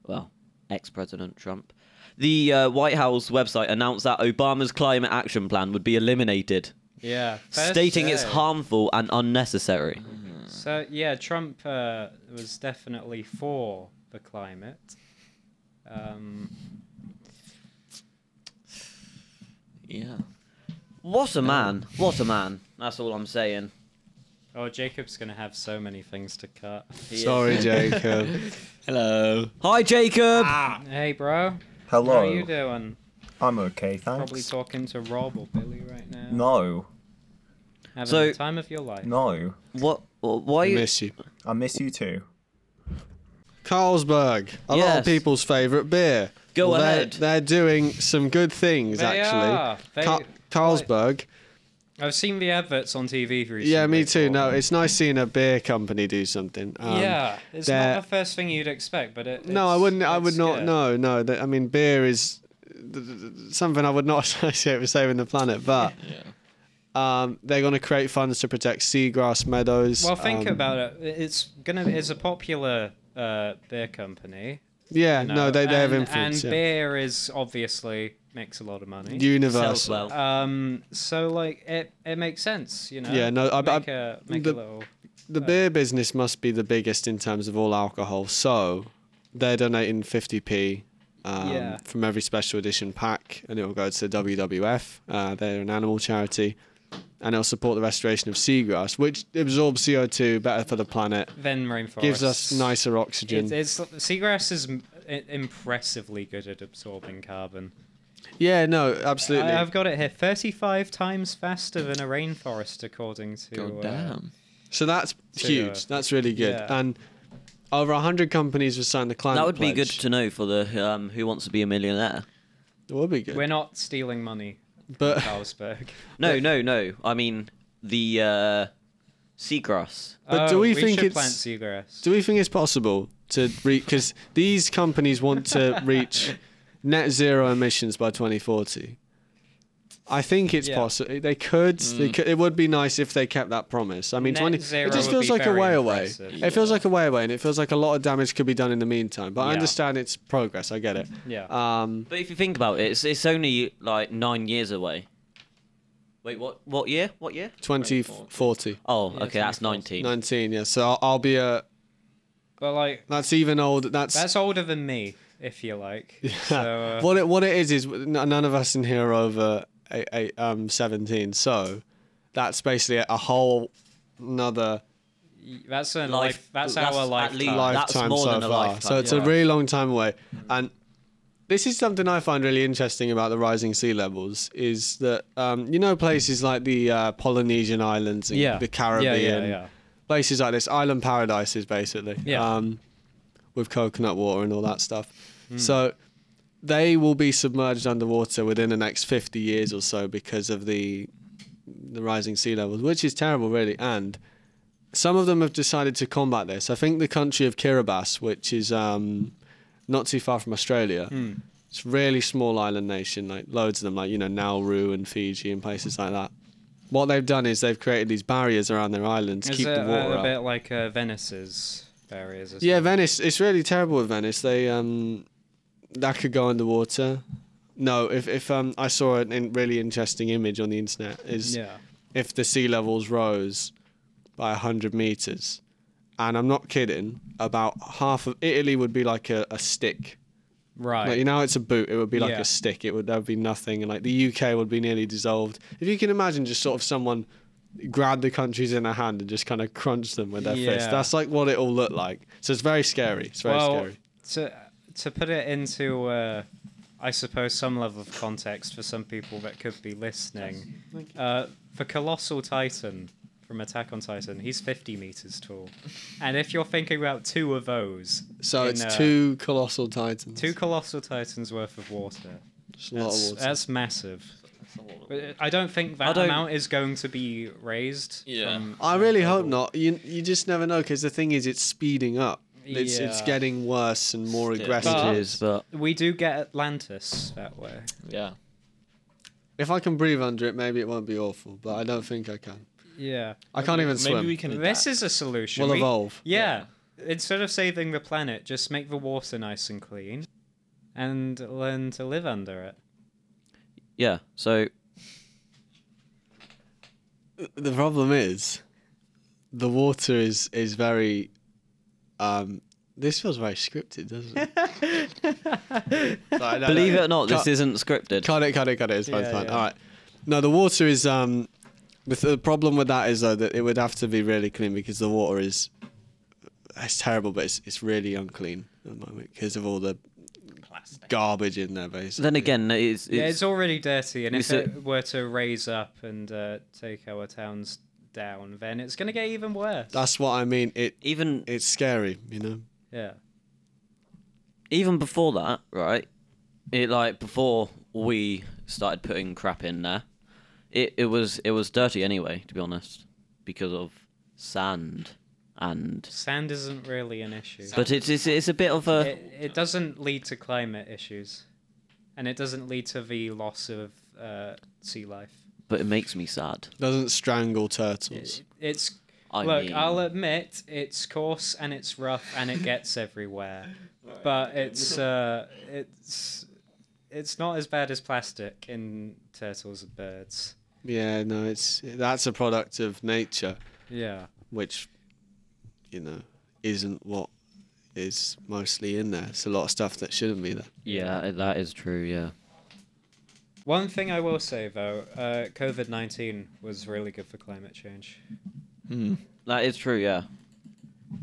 A: well, ex President Trump, the uh, White House website announced that Obama's climate action plan would be eliminated,
D: Yeah. First
A: stating it's
D: day.
A: harmful and unnecessary.
D: So yeah, Trump uh, was definitely for the climate. Um,
G: Yeah.
A: What a man! What a man! That's all I'm saying.
D: oh, Jacob's gonna have so many things to cut.
C: Sorry, Jacob.
G: Hello.
A: Hi, Jacob!
D: Hey, bro. How are
H: Hello.
D: you doing?
H: Ah. I'm okay, thanks.
D: Probably talking to Rob or Billy right now.
H: no,
D: Having
A: So-
D: the time of your life.
H: no.
A: What? Why?
C: I
A: you-
C: miss you.
H: I miss you too.
C: Carlsberg, a lot
A: Yes.
C: of people's favourite beer.
A: Go
C: Well, they're-
A: ahead.
C: They're, doing some good things,
D: They
C: actually.
D: are. They-
C: Ca- Carlsberg.
D: I've seen the adverts on TV recently.
C: Yeah, me too.
D: for
C: No,
D: them.
C: it's nice seeing a beer company do something. Um,
D: yeah, it's
C: they're-
D: not the first thing you'd expect, but it.
C: No, I
D: it's-
C: wouldn't. I would
D: it's
C: not.
D: good.
C: No, no. that- I mean, beer is th- th- th- something I would not associate with saving the planet. But
G: Yeah.
C: um, they're going to create funds to protect seagrass meadows.
D: Well, think
C: um,
D: about it. It's gonna. It's a popular uh, beer company.
C: Yeah,
D: you
C: no,
D: know,
C: they, they have
D: and-
C: influence.
D: And
C: yeah.
D: beer is obviously makes a lot of money.
A: Sells
C: Universal.
A: well.
D: um, so like it, it makes sense, you know.
C: Yeah, no, I-
D: make
C: I-
D: a- make
C: the-
D: a little.
C: The beer business must be the biggest in terms of all alcohol. So they're donating 50p um,
D: Yeah.
C: from every special edition pack, and it will go to WWF. Uh, they're an animal charity, and it'll support the restoration of seagrass, which absorbs CO2, better for the planet,
D: Then rainforest
C: gives us nicer oxygen.
D: It's, it's seagrass is m- i- impressively good at absorbing carbon.
C: yeah, no, absolutely.
D: I, have got it here. Thirty-five times faster than a rainforest, according to.
G: God
D: uh,
G: damn.
C: So that's
D: So,
C: huge.
D: uh,
C: That's really good.
D: yeah.
C: And over 100 companies have signed the climate
A: That would be good
C: pledge.
A: to know for the um, Who Wants to Be a Millionaire.
C: That would be good.
D: We're not stealing money,
C: but
D: Carlsberg.
A: No, no, no. I mean the uh, seagrass.
C: But do we think
D: Oh, should
C: it's-
D: plant seagrass?
C: do we think it's possible to reach? Because these companies want to reach net zero emissions by 2040. I think it's
D: Yeah. Mm.
C: possible. They could, they could. It would be nice if they kept that promise. I mean,
D: Net
C: 20.
D: zero
C: It just
D: would
C: feels
D: be
C: like a
D: very
C: way
D: impressive.
C: away. It feels like a way away, and it feels like a lot of damage could be done in the meantime. But I
D: Yeah.
C: understand it's progress. I get it.
D: Yeah.
C: Um,
A: But if you think about it, it's, it's only like nine years away. Wait, what? What year? What year?
C: 2040.
A: Oh, okay, that's nineteen.
C: 19, yeah. So I'll, I'll be a.
D: but like
C: That's even old. That's,
D: that's older than me, if you like. So uh,
C: what it what it is is n- none of us in here are over eight, eight, um 17. So that's basically a whole another
D: that's a
A: Life-
D: life. That's,
A: that's
D: our
A: at
D: lifetime.
A: least- Life- that's
C: lifetime
A: more
C: so
A: than a
C: far.
A: lifetime,
C: so it's a
A: yeah.
C: really long time away. And this is something I find really interesting about the rising sea levels is that um, you know places like the uh, Polynesian islands and
D: Yeah.
C: the
D: Yeah, yeah,
C: Caribbean,
D: yeah.
C: places like this, island paradises basically.
D: Yeah.
C: Um, with coconut water and all that stuff. So they will be submerged underwater within the next 50 years or so because of the the rising sea levels, which is terrible really. And some of them have decided to combat this. I think the country of Kiribati, which is um, not too far from Australia,
D: Hmm.
A: Hmm.
C: it's a really small island nation, like loads of them, like you know Nauru and Fiji and places like that. What they've done is they've created these barriers around their island to
D: Is
C: keep
D: it
C: the water
D: a
C: up.
D: bit like uh, Venice's barriers? Or
C: Yeah,
D: something?
C: Venice. It's really terrible with Venice. They um, that could go underwater. No, if if um, I saw an in really interesting image on the internet is
D: Yeah.
C: if the sea levels rose by hundred meters, and I'm not kidding, about half of Italy would be like a, a stick.
D: Right.
C: Like you know, how it's a boot. It would be like
D: Yeah.
C: a stick. It would there would be nothing, and like the UK would be nearly dissolved. If you can imagine, just sort of someone grabbed the countries in a hand and just kind of crunched them with their fist.
D: Yeah.
C: That's like what it all looked like. So it's very scary. It's very
D: well,
C: scary.
D: to to put it into, uh, I suppose, some level of context for some people that could be listening, uh, the colossal titan from Attack on Titan, he's 50 meters tall, and if you're thinking about two of those,
C: So
D: in,
C: it's
D: uh,
C: two colossal titans.
D: two colossal titans worth of water.
C: It's a lot
D: That's,
C: of water.
D: that's massive. But I don't think
A: I
D: that
A: don't-
D: amount is going to be raised.
G: Yeah.
A: Um,
D: from-
C: I really hope not. You you just never know because the thing is, it's speeding up. It's it's
D: Yeah.
C: getting worse and more aggressive.
D: But-
A: It is, but
D: We do get Atlantis that way.
G: Yeah.
C: if I can breathe under it, maybe it won't be awful. But I don't think I can.
D: Yeah.
C: I can't even swim.
G: Maybe we can.
D: This is a solution.
C: We'll
D: We-
C: evolve.
D: Yeah. Instead of saving the planet, just make the water nice and clean and learn to live under it.
A: yeah. So
C: The problem is, the water is is very. Um, this feels very scripted, doesn't it? Sorry, no,
A: believe
C: no.
A: it or not,
C: Cut-
A: this isn't scripted.
C: Cut it, cut it, cut it. It's fine, it's
D: Yeah,
C: fine.
D: yeah.
C: All right. No, the water is. Um, with the problem with that is though that it would have to be really clean because the water is. It's terrible, but it's it's really unclean at the moment because of all the garbage in there, basically.
A: Then again, it's, it's,
D: yeah, it's already dirty, and
A: you
D: if
A: said-
D: it were to raise up and uh, take our towns down, then it's going to get even worse.
C: That's what I mean. It
A: even
C: it's scary, you know.
D: yeah.
A: even before that, right? It like before we started putting crap in there, it, it was it was dirty anyway, to be honest, because of sand and.
D: Sand isn't really an issue.
A: But it's it's, it's a bit of a
D: it, it doesn't lead to climate issues, and it doesn't lead to the loss of uh, sea life.
A: but it makes me sad.
C: Doesn't strangle turtles.
D: It's
A: I
D: look,
A: mean-
D: I'll admit it's coarse and it's rough and it gets everywhere, but it's uh, it's it's not as bad as plastic in turtles and birds.
C: Yeah, no, it's that's a product of nature,
D: Yeah,
C: which, you know, isn't what is mostly in there. It's a lot of stuff that shouldn't be there.
A: Yeah, that is true. Yeah.
D: one thing I will say though, uh, COVID nineteen was really good for climate change.
A: That is true, yeah.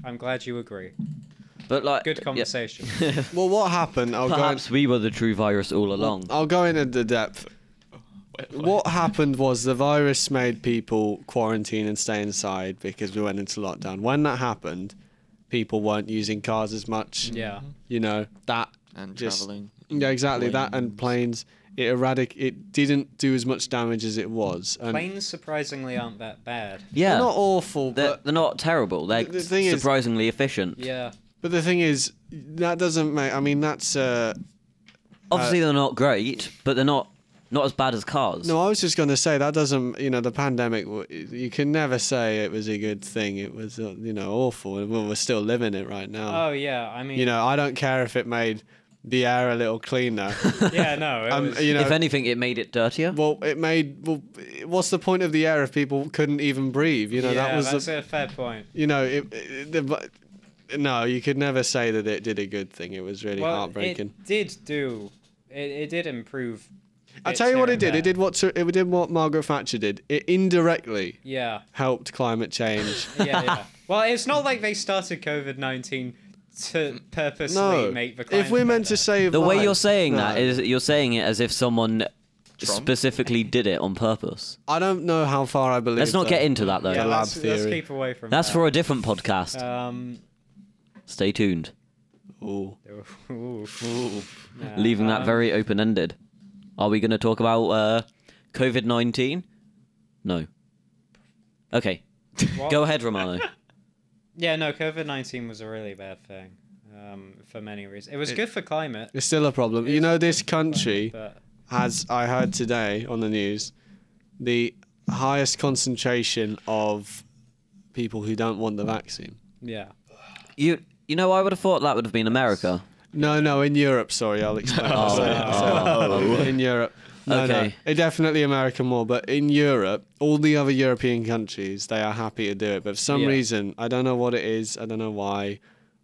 D: I'm glad you agree.
A: But like,
D: Good
A: yeah,
D: conversation.
C: Well, what happened? I'll go. in-
A: Perhaps we were the true virus all along.
C: I'll go into the depth what happened was the virus made people quarantine and stay inside because we went into lockdown. When that happened, people weren't using cars as much.
A: Mm-hmm.
D: Yeah.
C: You know, that
G: And
C: just-
G: traveling.
C: Yeah, exactly. That and planes. It erratic it didn't do as much damage as it was. And
D: Planes surprisingly aren't that bad.
A: Yeah.
C: They're not awful,
A: They're,
C: but
A: they're not terrible. They're
C: The- the thing is-
A: surprisingly efficient.
D: Yeah.
C: but the thing is that doesn't make I mean that's uh
A: Obviously, they're not great, but they're not not as bad as cars.
C: No, I was just going to say that doesn't, you know, the pandemic. w- You can never say it was a good thing. It was, uh, you know, awful. and We're still living it right now.
D: Oh yeah. I mean.
C: You know, I don't care if it made the air a little cleaner.
D: Yeah. No. It
C: um,
D: was,
C: you know,
A: if anything, it made it dirtier.
C: well, it made. Well, what's the point of the air if people couldn't even breathe? You know,
D: yeah,
C: that was
D: that's
C: the.
D: a fair point.
C: You know, it, it, the, but- no, you could never say that it did a good thing. It was really
D: Well,
C: heartbreaking.
D: it did do. It, it did improve.
C: I
D: bits
C: tell you what
D: here
C: it did.
D: and
C: It
D: there.
C: did what Sir- it did what Margaret Thatcher did. It indirectly
D: Yeah.
C: helped climate change.
D: yeah, yeah. Well, it's not like they started COVID nineteen to purposely
C: No.
D: make the.
C: if we're
D: climate
C: meant
D: better.
C: to save
A: The way you're
C: lives-
A: saying that
C: No.
A: is you're saying it as if someone
G: Trump?
A: specifically did it on purpose.
C: I don't know how far I believe.
A: Let's not
C: that.
A: get into that though.
D: yeah,
C: the
D: let's,
C: lab
D: let's
C: theory.
D: keep away from.
A: That's
D: that.
A: for a different podcast.
D: Um,
A: Stay tuned.
C: Ooh.
D: ooh, Nah,
A: Leaving that
D: um,
A: very open ended. Are we going to talk about uh, COVID 19? No. Okay.
D: what-
A: Go ahead, Romano.
D: Yeah, no, COVID nineteen was a really bad thing, um, for many reasons. It was good for climate,
C: It's still a problem. You know, this country
D: but
C: has, I heard today on the news, the highest concentration of people who don't want the vaccine.
D: yeah,
A: you you know, I would have thought that would have been America. Oh.
C: No, no, in Europe. Sorry, I'll explain. Sorry, sorry. In Europe. No,
A: Okay.
C: no. It definitely America more, but in Europe, all the other European countries, they are happy to do it. But for some
D: Yeah.
C: reason, I don't know what it is, I don't know why,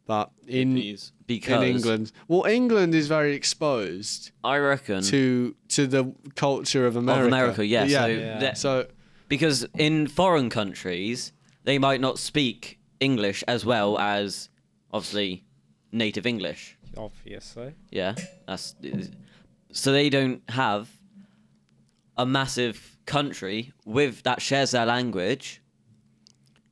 C: but in
G: These.
A: Because
C: in England, well, England is very exposed
A: I reckon.
C: to to the culture of America.
A: Of America, yeah. So, that-
C: So
A: because in foreign countries they might not speak English as well as obviously native English.
D: obviously,
A: Yeah, that's so they don't have a massive country with that shares their language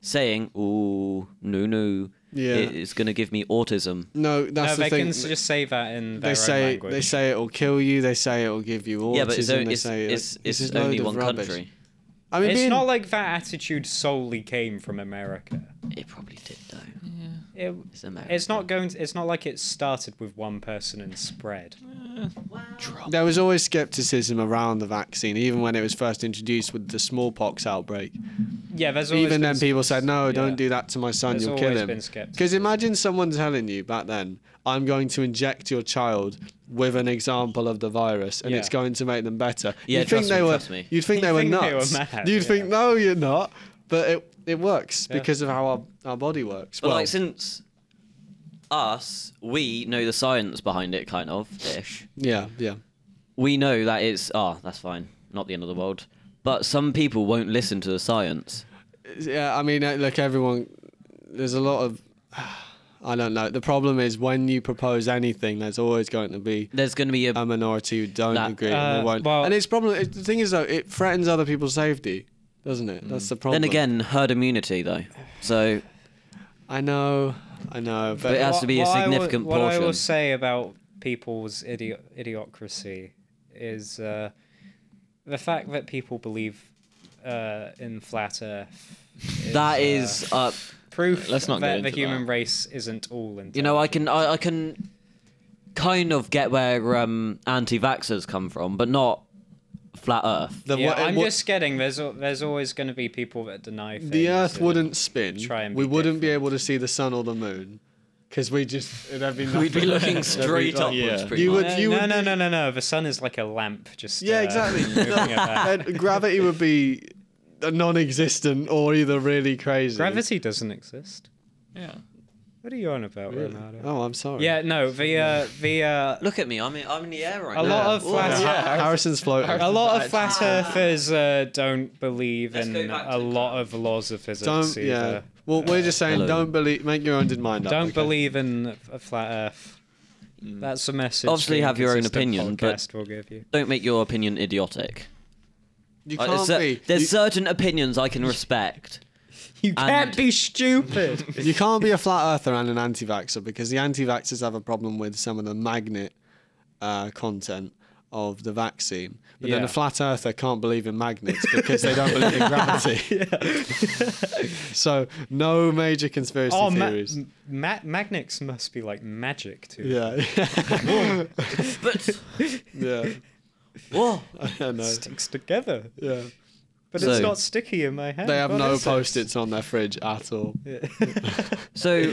A: saying, "Oh no, no,
C: Yeah.
A: it- it's gonna give me autism."
C: no, that's
D: no,
C: the
D: they
C: thing.
D: can s- just say that in their
C: they say
D: own language.
C: they say it'll kill you. They say it'll give you autism.
A: yeah, but it's
C: they
A: only, it's,
C: say
A: it's,
C: this
A: it's
C: is a load
A: only
C: of
A: one
C: rubbish.
A: country.
C: I mean,
D: it's
C: being-
D: not like that attitude solely came from America.
A: It probably did though.
D: It,
A: It's America.
D: it's not going. To, it's not like it started with one person and spread.
C: there was always skepticism around the vaccine, even when it was first introduced with the smallpox outbreak.
D: Yeah, there's always
C: Even
D: been
C: then, people
D: s-
C: said, "No,
D: yeah.
C: don't do that to my son.
D: There's
C: You'll kill
D: always
C: him."
D: been
C: Because
D: skepticism.
C: imagine someone telling you back then, "I'm going to inject your child." With an example of the virus, and
D: Yeah.
C: it's going to make them better.
A: Yeah,
C: you'd
A: trust
C: think they
A: me,
C: were.
A: trust me.
C: You'd think
D: You'd
C: they were
D: think
C: nuts.
D: they were mad,
C: you'd think,
D: yeah.
C: no, you're not. But it it works because of how our, our body works.
A: But
C: well,
A: like since us, we know the science behind it, kind of ish.
C: yeah, yeah.
A: We know that it's ah, that's fine, not the end of the world. But some people won't listen to the science.
C: Yeah, I mean, uh, look, everyone. There's a lot of. I don't know. The problem is when you propose anything, there's always going to be
A: There's going to be a
C: a minority who don't
A: That-
C: agree and
D: Uh,
C: they won't.
D: well-
C: and it's problem. It, the thing is though, it threatens other people's safety, doesn't it? That's the problem.
A: Mm. then again herd immunity though. So
C: I know, I know, but,
A: But it has to be a
D: What- what I will-
A: significant
D: what I will
A: portion.
D: say about people's idi- idiocracy is uh, the fact that people believe uh, in flat Earth. Is,
A: that
D: uh,
A: is uh,
D: proof
G: Let's not
D: that
G: get
D: the
G: into
D: human
G: that.
D: race isn't all.
A: you know I can I, I can kind of get where um, anti-vaxxers come from, but not flat Earth.
C: the,
D: Yeah,
C: what-
D: I'm
C: what-
D: just getting there's al- there's always going to be people that deny things.
C: the Earth
D: and-
C: wouldn't spin.
D: try and
C: we
D: be
C: wouldn't be able to see the sun or the moon, because we just there'd be
A: We'd be
C: nothing.
A: looking straight
C: like,
A: upwards.
G: yeah.
A: pretty
C: You
A: much.
C: would-
D: No, no, no, no, no, no. The sun is like a lamp. Just
C: Yeah,
D: uh,
C: exactly.
D: moving about.
C: And gravity would be non-existent or either really crazy.
D: Gravity doesn't exist.
G: Yeah.
D: What are you on about, Ronaldo?
C: Oh, I'm sorry.
D: Yeah, no. The uh, the uh,
A: Look at me, I'm in, I'm in the air right
D: a
A: now.
D: lot of flat
C: Harrison's floating.
D: a lot of flat earthers uh, don't believe
A: Let's go
D: in
A: back
D: a
A: to the
D: lot of laws of physics
C: Don't.
D: either.
C: Yeah. Well, we're just saying,
A: hello.
C: don't believe. Make your own mind up.
D: Uh, Don't
C: okay?
D: believe in a flat earth. That's a message.
A: Mm. Obviously
D: the
A: have your own
D: Inconsistent
A: opinion, but-
D: podcast will give you.
A: Don't make your opinion idiotic.
C: You
A: I-
C: can't
A: there's cer-
C: be.
A: There's
C: You,
A: certain opinions I can respect.
H: You
A: can't
H: can't
A: be
H: be stupid.
C: you can't be a flat earther and an anti-vaxxer because the anti-vaxxers have a problem with some of the magnet uh, content of the vaccine, but then
D: Yeah.
C: a flat earther can't believe in magnets because they don't believe in gravity. so no major conspiracy
D: Oh, ma-
C: theories.
D: ma- magnets must be like magic too.
C: yeah,
A: But
C: yeah,
A: whoa,
C: I know.
D: sticks together,
C: Yeah,
D: but
A: So-
D: it's not sticky in my hand.
C: they have
D: What
C: no
D: is it?
C: post-its on their fridge at all.
A: so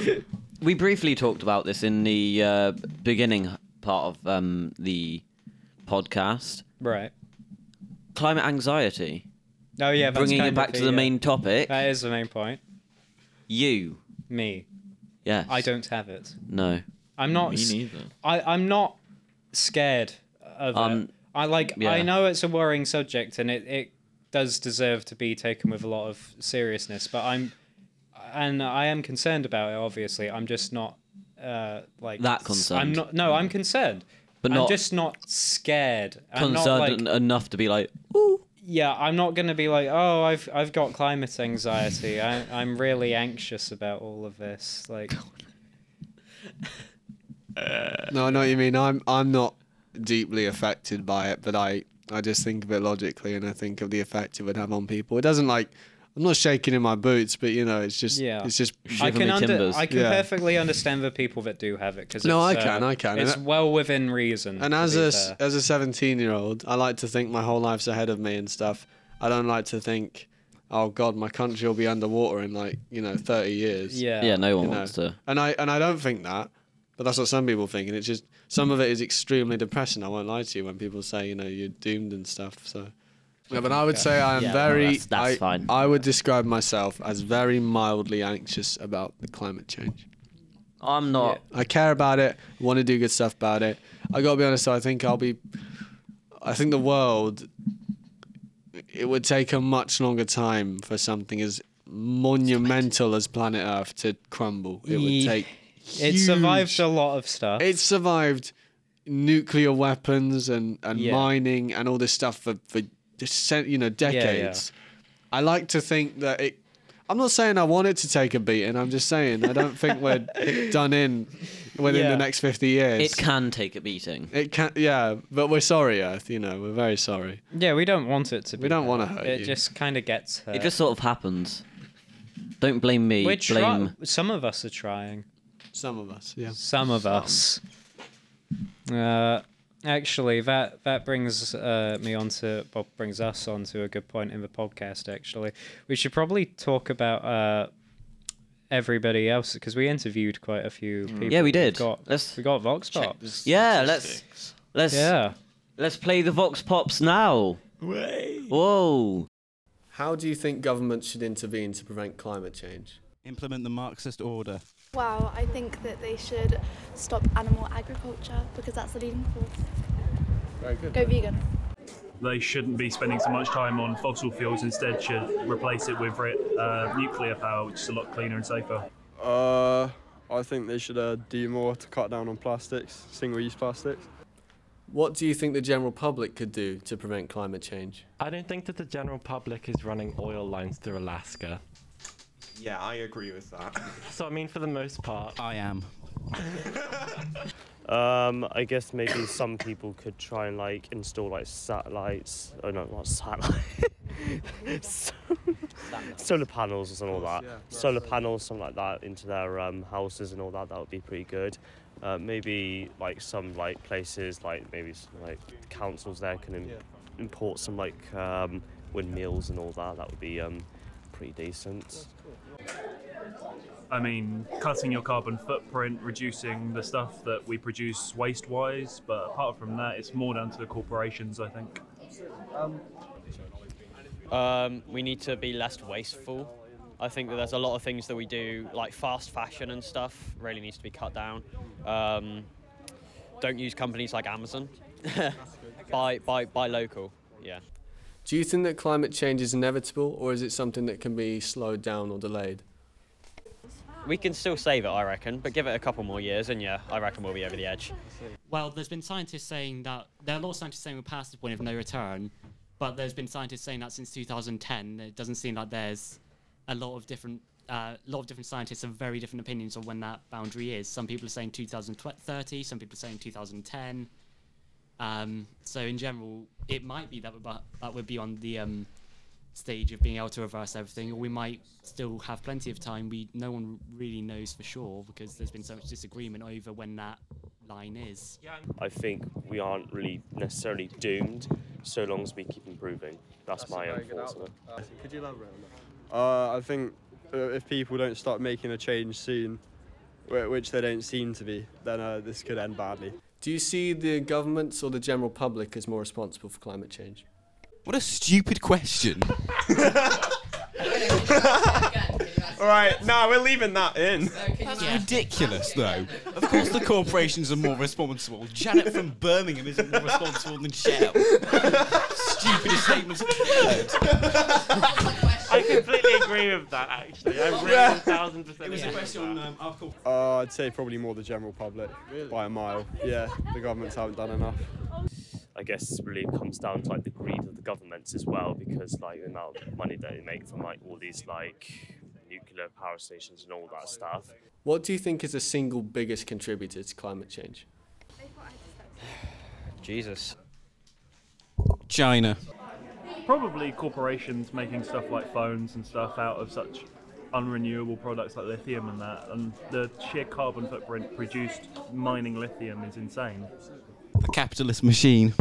A: we briefly talked about this in the uh, beginning part of um, the podcast.
D: Right.
A: Climate anxiety,
D: Oh yeah. That's
A: bringing
D: kind
A: it back
D: of
A: to
D: a,
A: the
D: yeah.
A: main topic.
D: That is the main point.
A: you,
D: Me,
A: yes,
D: I don't have it.
A: No,
D: I'm not.
G: Me
D: s-
G: neither.
D: I I'm not scared of
A: Um,
D: it. I like.
A: yeah.
D: I know it's a worrying subject, and it it does deserve to be taken with a lot of seriousness. But I'm, and I am concerned about it. Obviously, I'm just not uh like
A: That
D: s- I'm
A: concerned.
D: not. No, I'm concerned.
A: But
D: I'm
A: not-
D: just not scared. I'm not, like-
A: concerned en- enough to be like, ooh,
D: yeah, I'm not gonna be like, oh, I've I've got climate anxiety. I, I'm really anxious about all of this. Like,
C: No, I know what you mean. I'm I'm not deeply affected by it, but I I just think of it logically, and I think of the effect it would have on people. It doesn't like I'm not shaking in my boots, but you know, it's just
D: Yeah.
C: it's just
D: I
A: Shiver me
D: can under,
A: timbers.
D: I can
C: Yeah.
D: perfectly understand the people that do have it because
C: No, I can, I can, and
D: It's
C: I-
D: well within reason.
C: And
D: to
C: as
D: be
C: a
D: fair.
C: as a 17 year old, I like to think my whole life's ahead of me and stuff. I don't like to think, oh God, my country will be underwater in like you know 30 years.
D: yeah,
A: yeah, no one
C: you know.
A: wants to.
C: And I and I don't think that, but that's what some people think, and it's just some of it is extremely depressing. I won't lie to you when people say you know you're doomed and stuff. So. Yeah, but I would say I am
A: Yeah, no,
C: very.
A: that's- that's
C: I,
A: fine.
C: I would describe myself as very mildly anxious about the climate change.
A: I'm not.
C: I care about it. Want to do good stuff about it. I gotta be honest. though, I think I'll be. I think the world. It would take a much longer time for something as monumental as planet Earth to crumble. It would
D: Ye-
C: take.
D: it
C: huge-
D: survives a lot of stuff.
C: It survived nuclear weapons and and
D: Yeah.
C: mining and all this stuff for for decen- you know decades. I like to think that it. I'm not saying I want it to take a beating. I'm just saying I don't think we're done in within
D: Yeah.
C: the next 50 years.
A: It can take a beating.
C: It can, yeah, but we're sorry, Earth. You know, we're very sorry.
D: yeah, we don't want it to. be
C: We don't
D: that.
C: want to hurt
D: It
C: you.
D: just kind of gets hurt.
A: It just sort of happens. Don't blame me.
D: We're
A: blame.
D: try- Some of us are trying.
C: Some of us, yeah.
D: Some of us. Uh, actually, that that brings uh, me on to well, brings us on to a good point in the podcast. Actually, we should probably talk about uh, everybody else because we interviewed quite a few people.
A: Hmm. Yeah, we
D: We've
A: did.
D: Got,
A: Let's-
D: we got Vox Pop.
A: Yeah, let's let's
D: Yeah.
A: let's play the Vox Pops now. Whoa.
C: How do you think governments should intervene to prevent climate change?
I: implement the Marxist order.
J: Wow, I think that they should stop animal agriculture because that's the leading cause.
C: Very good.
J: Go vegan.
K: They shouldn't be spending so much time on fossil fuels. Instead, should replace it with uh, nuclear power, which is a lot cleaner and safer.
L: Uh, I think they should uh, do more to cut down on plastics, single-use plastics.
C: What do you think the general public could do to prevent climate change?
I: I don't think that the general public is running oil lines through Alaska.
L: Yeah, I agree with that.
I: So I mean, for the most part,
K: I am.
L: Um, I guess maybe some people could try and like install like satellites. Oh no, not satellite. solar panels or something like that. solar panels, something like that, into their um, houses and all that. That would be pretty good. Uh, maybe like some like places, like maybe some, like councils there can Im- import some like um, windmills and all that. That would be um, pretty decent.
K: I mean, cutting your carbon footprint, reducing the stuff that we produce waste wise, but apart from that, it's more down to the corporations, I think.
L: Um, we need to be less wasteful. I think that there's a lot of things that we do, like fast fashion and stuff, really needs to be cut down. Um, don't use companies like Amazon. buy, buy, buy local. Yeah.
C: Do you think that climate change is inevitable or is it something that can be slowed down or delayed?
L: We can still save it, I reckon, but give it a couple more years, and yeah, I reckon we'll be over the edge.
I: well, there's been scientists saying that there are a lot of scientists saying we're past the point of no return,
M: But there's been scientists saying that since 2010. It doesn't seem like there's a lot of different a lot of different scientists have very different opinions on when that boundary is. Some people are saying 2030, some people are saying 2010. Um, so in general, it might be that we're, bu- that we're beyond the um, stage of being able to reverse everything, or we might still have plenty of time. We no one really knows for sure because there's been so much disagreement over when that line is.
L: I think we aren't really necessarily doomed so long as we keep improving. That's,
N: That's a
L: my
N: very good
L: unfortunate.
N: Could you elaborate on that?
O: Uh, I think uh, if people don't start making a change soon, wh- which they don't seem to be, then uh, this could end badly.
P: Do you see the governments or the general public as more responsible for climate change?
Q: What a stupid question.
O: All right, no, we're leaving that in.
Q: That's ridiculous, though. Of course, the corporations are more responsible. Janet from Birmingham isn't more responsible than Shell. Stupidest statements
R: I completely agree with that. Actually, I really
O: Yeah.
R: a thousand percent.
O: It was a
R: agree with
O: question
R: that.
O: Uh, I'd say probably more the general public by a mile. Yeah, the governments haven't done enough.
L: I guess this really comes down to like the greed of the governments as well, because like the amount of money that they make from like all these like nuclear power stations and all that stuff.
P: What do you think is the single biggest contributor to climate change?
Q: Jesus. China.
K: Probably corporations making stuff like phones and stuff out of such unrenewable products like lithium and that, and the sheer carbon footprint produced mining lithium is insane.
Q: The capitalist machine.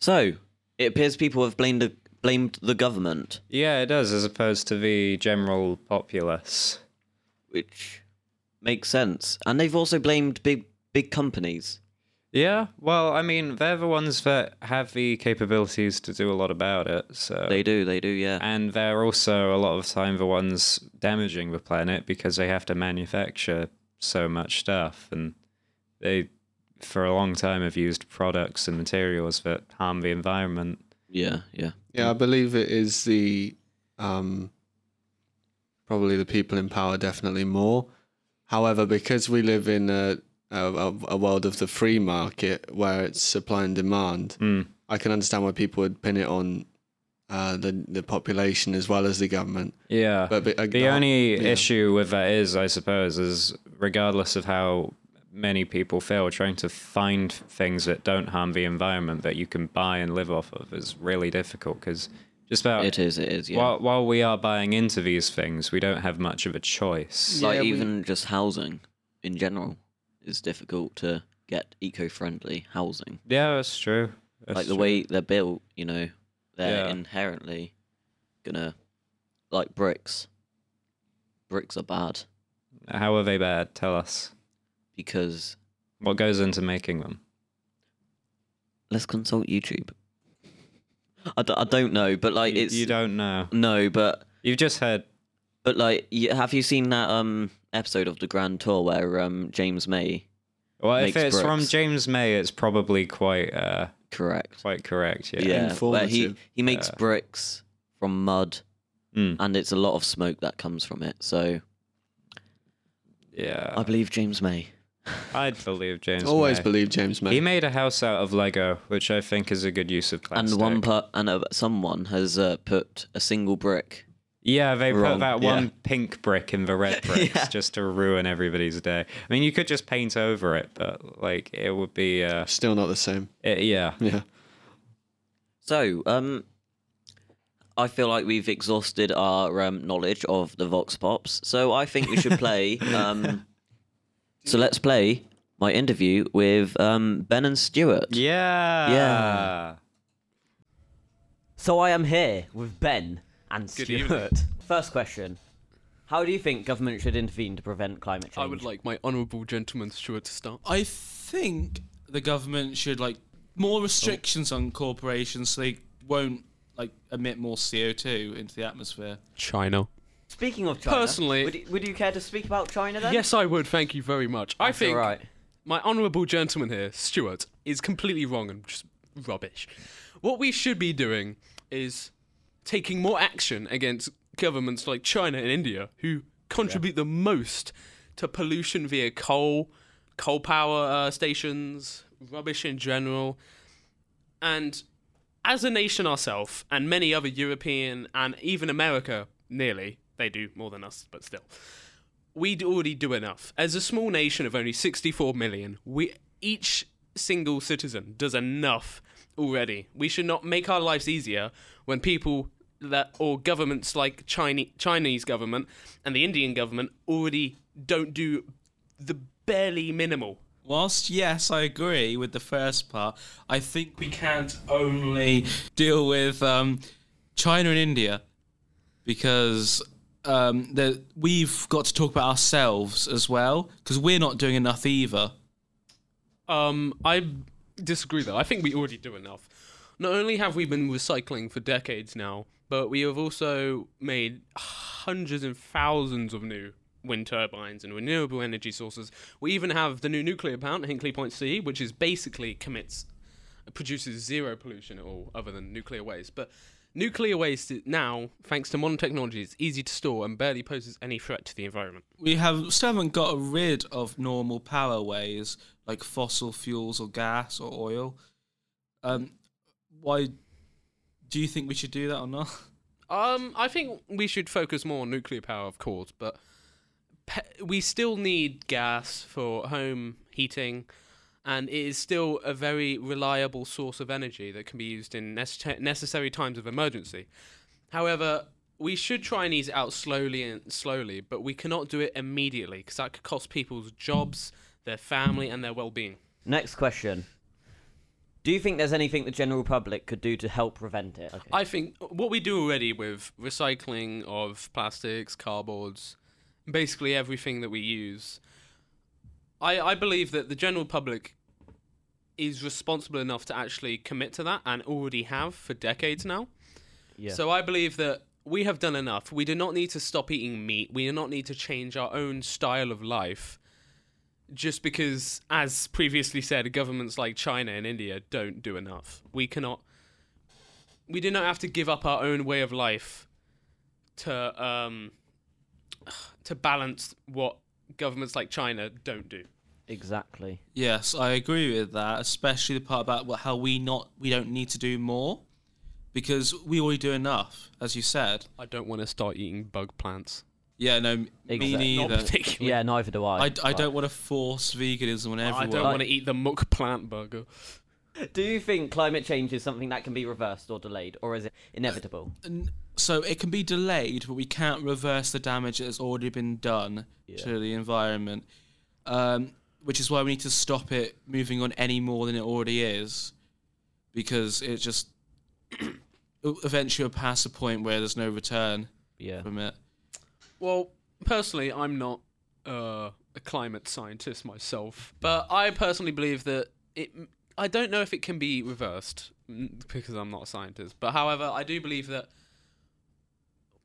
A: So, it appears people have blamed the, blamed the government.
D: Yeah, it does, as opposed to the general populace.
A: Which makes sense. And they've also blamed big big companies.
D: Yeah, well, I mean, they're the ones that have the capabilities to do a lot about it. So they
A: do, they do, yeah.
D: And they're also a lot of time the ones damaging the planet because they have to manufacture so much stuff, and they, for a long time, have used products and materials that harm the environment.
A: Yeah, yeah.
C: Yeah, I believe it is the um, probably the people in power definitely more. However, because we live in a a, a- a world of the free market where it's supply and demand, I can understand why people would pin it on uh, the the population as well as the government.
D: Yeah.
C: But, but, uh,
D: the only
C: yeah.
D: issue with that is, I suppose, is regardless of how many people fail, trying to find things that don't harm the environment that you can buy and live off of is really difficult because just about
A: It is, it is, yeah.
D: While, while we are buying into these things, we don't have much of a choice.
A: like even just housing in general is difficult to get eco-friendly housing.
D: Yeah, that's true. That's
A: like the
D: true.
A: way they're built, you know, they're
D: Yeah.
A: inherently gonna like bricks. Bricks are bad
D: How are they bad? Tell us.
A: because
D: What goes into making them?
A: let's consult YouTube. I, d- I don't know, but like it's you
D: don't know.
A: No, but
D: you've just heard.
A: But like, you, have you seen that um episode of the Grand Tour where um James May?
D: Well, if
A: makes
D: it's from
A: bricks?
D: James May, it's probably quite uh,
A: correct.
D: Quite correct. Yeah.
A: yeah, where he he makes
D: Yeah.
A: bricks from mud,
D: Mm.
A: and it's a lot of smoke that comes from it. So,
D: yeah,
A: I believe James May.
D: I'd believe James.
A: Always
D: May.
A: believe James May.
D: He made a house out of Lego, which I think is a good use of plastic.
A: And one part, and uh, someone has uh, put a single brick.
D: Yeah, they
A: wrong.
D: put that
A: Yeah.
D: one pink brick in the red bricks just to ruin everybody's day. I mean, you could just paint over it, but like it would be uh,
C: still not the same.
D: yeah.
C: Yeah.
A: So, um, I feel like we've exhausted our um, knowledge of the Vox Pops. So I think we should play. um, so let's play my interview with um, Ben and Stewart.
D: Yeah.
A: Yeah.
S: So I am here with Ben and
T: Good
S: Stuart.
T: evening.
S: First question. How do you think government should intervene to prevent climate change?
T: I would like my honourable gentleman steward to start.
U: I think the government should like more restrictions on corporations so they won't like emit more CO2 into the atmosphere.
T: China.
S: Speaking of China,
T: Personally-
S: would you, would you care to speak about China then?
T: Yes, I would. Thank you very much. I
S: That's
T: think
S: alright.
T: my honourable gentleman here, Stuart, is completely wrong and just rubbish. What we should be doing is taking more action against governments like China and India, who contribute the most to pollution via coal, coal power uh, stations, rubbish in general, and as a nation ourselves, and many other European and even America, nearly, they do more than us, but still, we'd already do enough. As a small nation of only 64 million, we each single citizen does enough already. We should not make our lives easier when people that or governments like Chinese Chinese government and the Indian government already don't do the barely minimal.
U: Whilst yes, I agree with the first part, I think we can't only deal with um, China and India because um, the- we've got to talk about ourselves as well because we're not doing enough either.
T: Um, I disagree though. I think we already do enough. Not only have we been recycling for decades now, but we have also made hundreds and thousands of new wind turbines and renewable energy sources. We even have the new nuclear plant, Hinkley Point C, which is basically commits produces zero pollution at all other than nuclear waste. But nuclear waste is now, thanks to modern technology, is easy to store and barely poses any threat to the environment.
U: We have still haven't got rid of normal power ways like fossil fuels or gas or oil. Um, why do you think we should do that or not?
T: Um, I think we should focus more on nuclear power, of course, but pe- we still need gas for home heating, and it is still a very reliable source of energy that can be used in nece- necessary times of emergency. However, we should try and ease it out slowly and slowly, but we cannot do it immediately because that could cost people's jobs, their family, and their well-being.
S: Next question. Do you think there's anything the general public could do to help prevent it? Okay.
T: I think what we do already with recycling of plastics, cardboards, basically everything that we use, I, I believe that the general public is responsible enough to actually commit to that and already have for decades now.
L: Yeah.
T: So I believe that we have done enough. We do not need to stop eating meat. We do not need to change our own style of life just because, as previously said, governments like China and India don't do enough. We cannot. We do not have to give up our own way of life to um, to balance what governments like China don't do.
S: Exactly.
U: Yes, I agree with that, especially the part about wh- how we not we don't need to do more because we already do enough, as you said.
T: I don't want to start eating bug plants.
U: Yeah, no, m- me
T: Exactly. Not
U: neither.
T: particularly. Yeah,
S: neither do I,
U: I, I
S: but-
U: don't want to force veganism on everyone.
S: don't wanna
T: eat the muck plant burger.
S: Do you think climate change is something that can be reversed or delayed, or is it inevitable?
T: Uh,
U: N- So it can be delayed, but we can't reverse the damage that has already been done to the environment, um, which is why we need to stop it moving on any more than it already is, because it just e-, eventually will pass a point where there's no return from it.
T: Well, personally, I'm not uh, a climate scientist myself, but I personally believe that it. I don't know if it can be reversed mm, because I'm not a scientist, but however, I do believe that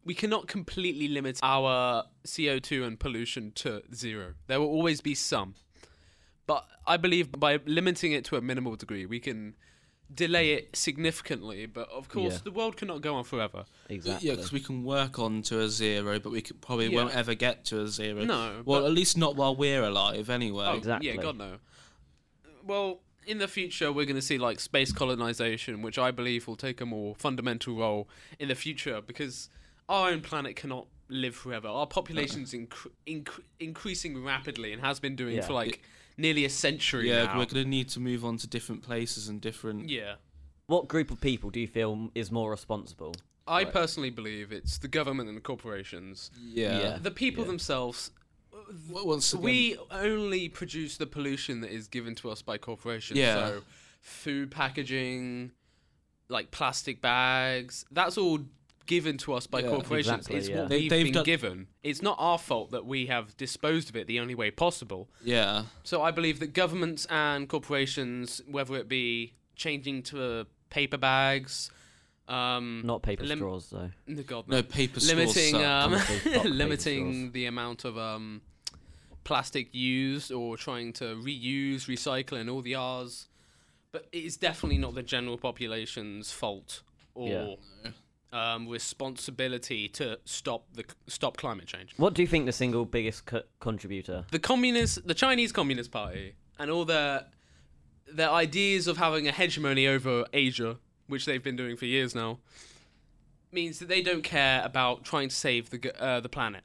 T: we cannot completely limit our CO2 and pollution to zero. There will always be some. But I believe by limiting it to a minimal degree, we can delay it significantly. But of course,
U: Yeah.
T: the world cannot go on forever.
U: Yeah, because we can work on to a zero, but we could probably
T: Yeah.
U: won't ever get to a zero.
T: No,
U: Well, at least not while we're alive, anyway.
T: Oh, Yeah, God no. Well, in the future, we're going to see like space colonization, which I believe will take a more fundamental role in the future because our own planet cannot live forever. Our population's incre- incre- increasing rapidly and has been doing
U: Yeah.
T: for like nearly a century
U: Yeah,
T: now.
U: we're going to need to move on to different places and different.
T: Yeah.
S: What group of people do you feel is more responsible?
T: I personally believe it's the government and the corporations.
U: Yeah. Yeah.
T: The people themselves.
U: once again-
T: we only produce the pollution that is given to us by corporations.
U: Yeah.
T: So food packaging, like plastic bags, that's all given to us by
U: Yeah.
T: corporations.
U: Exactly,
T: it's
U: yeah.
T: what
U: They-
T: we've
U: they've
T: been
U: done-
T: given. It's not our fault that we have disposed of it the only way possible.
U: Yeah.
T: So I believe that governments and corporations, whether it be changing to paper bags, um,
S: Not paper straws, though.
T: No, God,
S: No, paper straws
T: limiting,
S: suck.
T: um,
S: Honestly, fuck paper
T: limiting
S: straws.
T: the amount of um, plastic used or trying to reuse, recycle, and all the R's. But it is definitely not the general population's fault or um, responsibility to stop the stop climate change.
S: What do you think the single biggest co- contributor?
T: the communist the chinese communist party and all their their ideas of having a hegemony over asia which they've been doing for years now, means that they don't care about trying to save the g- uh, the planet.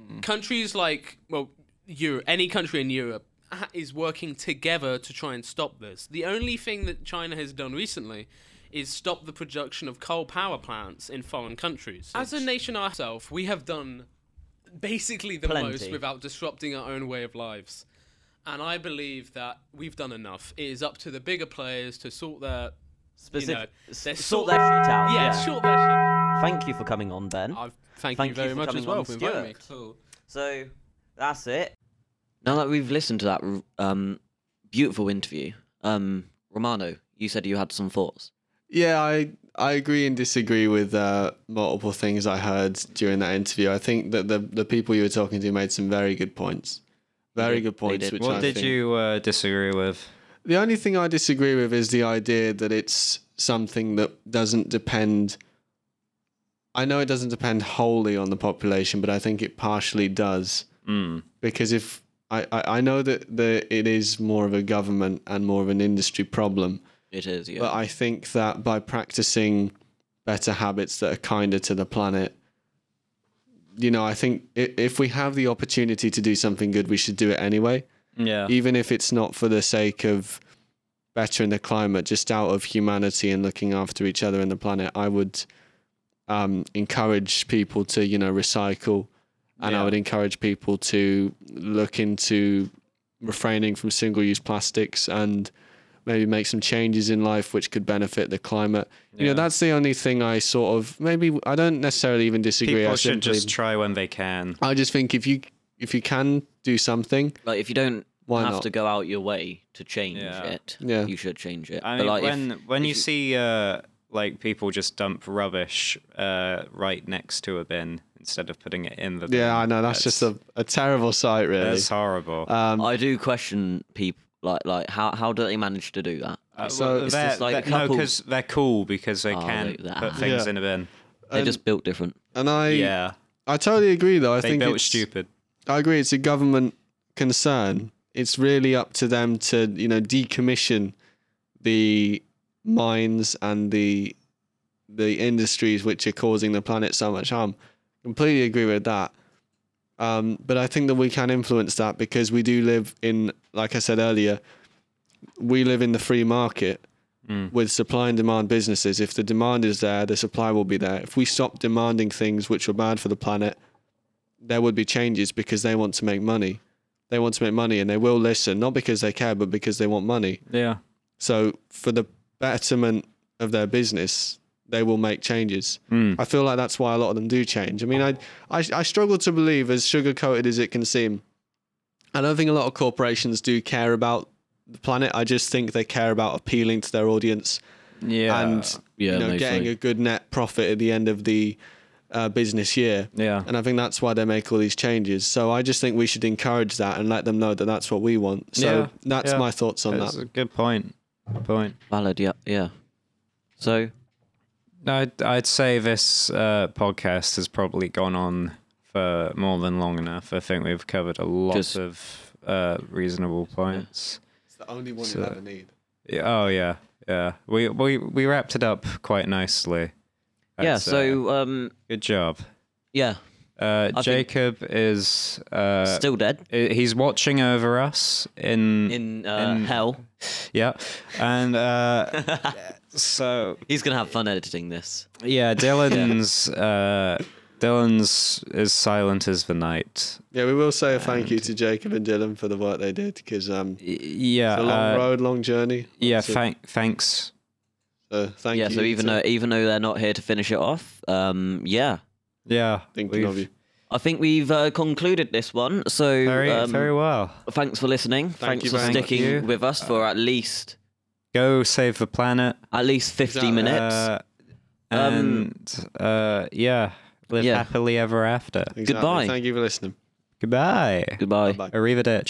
S: Mm.
T: Countries like well, Europe, any country in Europe ha- is working together to try and stop this. The only thing that China has done recently is stop the production of coal power plants in foreign countries. As a nation ourselves, we have done basically the
A: Plenty.
T: most without disrupting our own way of lives. And I believe that we've done enough. It is up to the bigger players to sort their
S: Specif-
T: you know,
S: s-
T: their
S: sort their shit out.
T: Yeah,
S: yeah.
T: sort their shit.
S: Thank you for coming on, Ben.
T: I've- thank you very
S: for
T: much
S: coming
T: as well
S: on,
T: for inviting me.
S: Stuart.
T: Cool.
S: So that's it.
A: Now that we've listened to that r- um, beautiful interview, um, Romano, you said you had some thoughts.
C: Yeah, I I agree and disagree with uh, multiple things I heard during that interview. I think that the the people you were talking to made some very good points, very good points. Which
D: what
C: I
D: did
C: think-
D: you uh, disagree with?
C: The only thing I disagree with is the idea that it's something that doesn't depend. I know it doesn't depend wholly on the population, but I think it partially does.
D: Hmm.
C: Because if I, I, I know that the, it is more of a government and more of an industry problem.
A: It is, yeah.
C: But I think that by practicing better habits that are kinder to the planet, you know, I think i- if we have the opportunity to do something good, we should do it anyway
D: Yeah.
C: even if it's not for the sake of bettering the climate, just out of humanity and looking after each other and the planet, I would um, encourage people to, you know, recycle, and I
D: Yeah.
C: would encourage people to look into refraining from single-use plastics and maybe make some changes in life which could benefit the climate. You know, that's the only thing I sort of maybe I don't necessarily even disagree. I
D: People should
C: simply-
D: just try when they can.
C: I just think if you if you can do something,
A: Like, if you don't
C: Why
A: have
C: not?
A: to go out your way to change
D: Yeah.
A: it,
C: Yeah.
A: you should change it.
D: I
A: But,
D: mean,
A: like, if-
D: when when
A: if
D: you, see uh, like people just dump rubbish uh, right next to a bin instead of putting it in the bin.
C: Yeah, I know. That's, just a, a terrible sight, really.
D: That's horrible.
A: I do question people like like how how do they manage to do that?
D: Uh,
A: so
D: well,
A: it's
D: they're,
A: just like a
D: they're- no,
A: couple-
D: 'cause they're cool because they
A: Oh,
D: can
A: they-
D: put things
A: Yeah.
D: in a bin.
A: They're
C: Um,
A: just built different.
C: And I
D: Yeah.
C: I totally agree though. I
D: They
C: think
D: built
C: it's
D: stupid.
C: I agree it's a government concern. It's really up to them to, you know, decommission the mines and the the industries which are causing the planet so much harm. Completely agree with that. Um, but I think that we can influence that because we do live in, like I said earlier, we live in the free market with supply and demand businesses. If the demand is there, the supply will be there. If we stop demanding things which are bad for the planet, there would be changes because they want to make money. They want to make money and they will listen, not because they care, but because they want money.
D: Yeah.
C: So for the betterment of their business, they will make changes.
D: Mm.
C: I feel like that's why a lot of them do change. I mean, I, I, I struggle to believe, as sugar coated as it can seem, I don't think a lot of corporations do care about the planet. I just think they care about appealing to their audience
D: Yeah.
C: and
D: Yeah,
C: you know,
D: mostly.
C: getting a good net profit at the end of the uh, business year.
D: Yeah.
C: And I think that's why they make all these changes. So I just think we should encourage that and let them know that that's what we want. So
D: Yeah,
C: that's
D: yeah.
C: my thoughts on
D: That's
C: that.
D: a good point. Good point.
A: Valid. Yeah. Yeah. So
D: No, I'd, I'd say this uh, podcast has probably gone on for more than long enough. I think we've covered a lot
A: Just-
D: of uh, reasonable points.
C: It's the only one
D: So-
C: you ever need.
D: Yeah, oh yeah, yeah. We we we wrapped it up quite nicely. I'd
A: yeah.
D: say.
A: So um
D: good job.
A: yeah.
D: Uh,
A: I think-
D: Jacob is uh,
A: Still dead.
D: i- He's watching over us in
A: In, uh, hell.
D: Yeah, and uh, so
A: he's gonna have fun editing this.
D: yeah, Dylan's uh, Dylan's as silent as the night.
C: Yeah, we will say a thank you to Jacob and Dylan for the work they did because um,
D: Yeah,
C: it's a long
D: uh,
C: road, long journey.
D: Yeah,
C: So-
D: thank thanks.
C: so thank
A: yeah.
C: you.
A: So even
C: to-
A: though even though they're not here to finish it off, um yeah.
D: Yeah,
C: Thinking of
D: we've-
A: I think we've uh, concluded this one. So
D: Very
A: um,
D: very well.
A: Thanks for listening. thanks
D: you
A: for
D: very much.
A: sticking
D: Thank you.
A: with us for at least
D: Go save the planet.
A: at least fifty minutes.
D: Uh,
A: Um,
D: and uh, yeah, live
A: yeah.
D: happily ever after.
C: Exactly.
A: Goodbye.
C: Thank you for listening.
D: Goodbye.
A: Goodbye.
D: Arrivederci.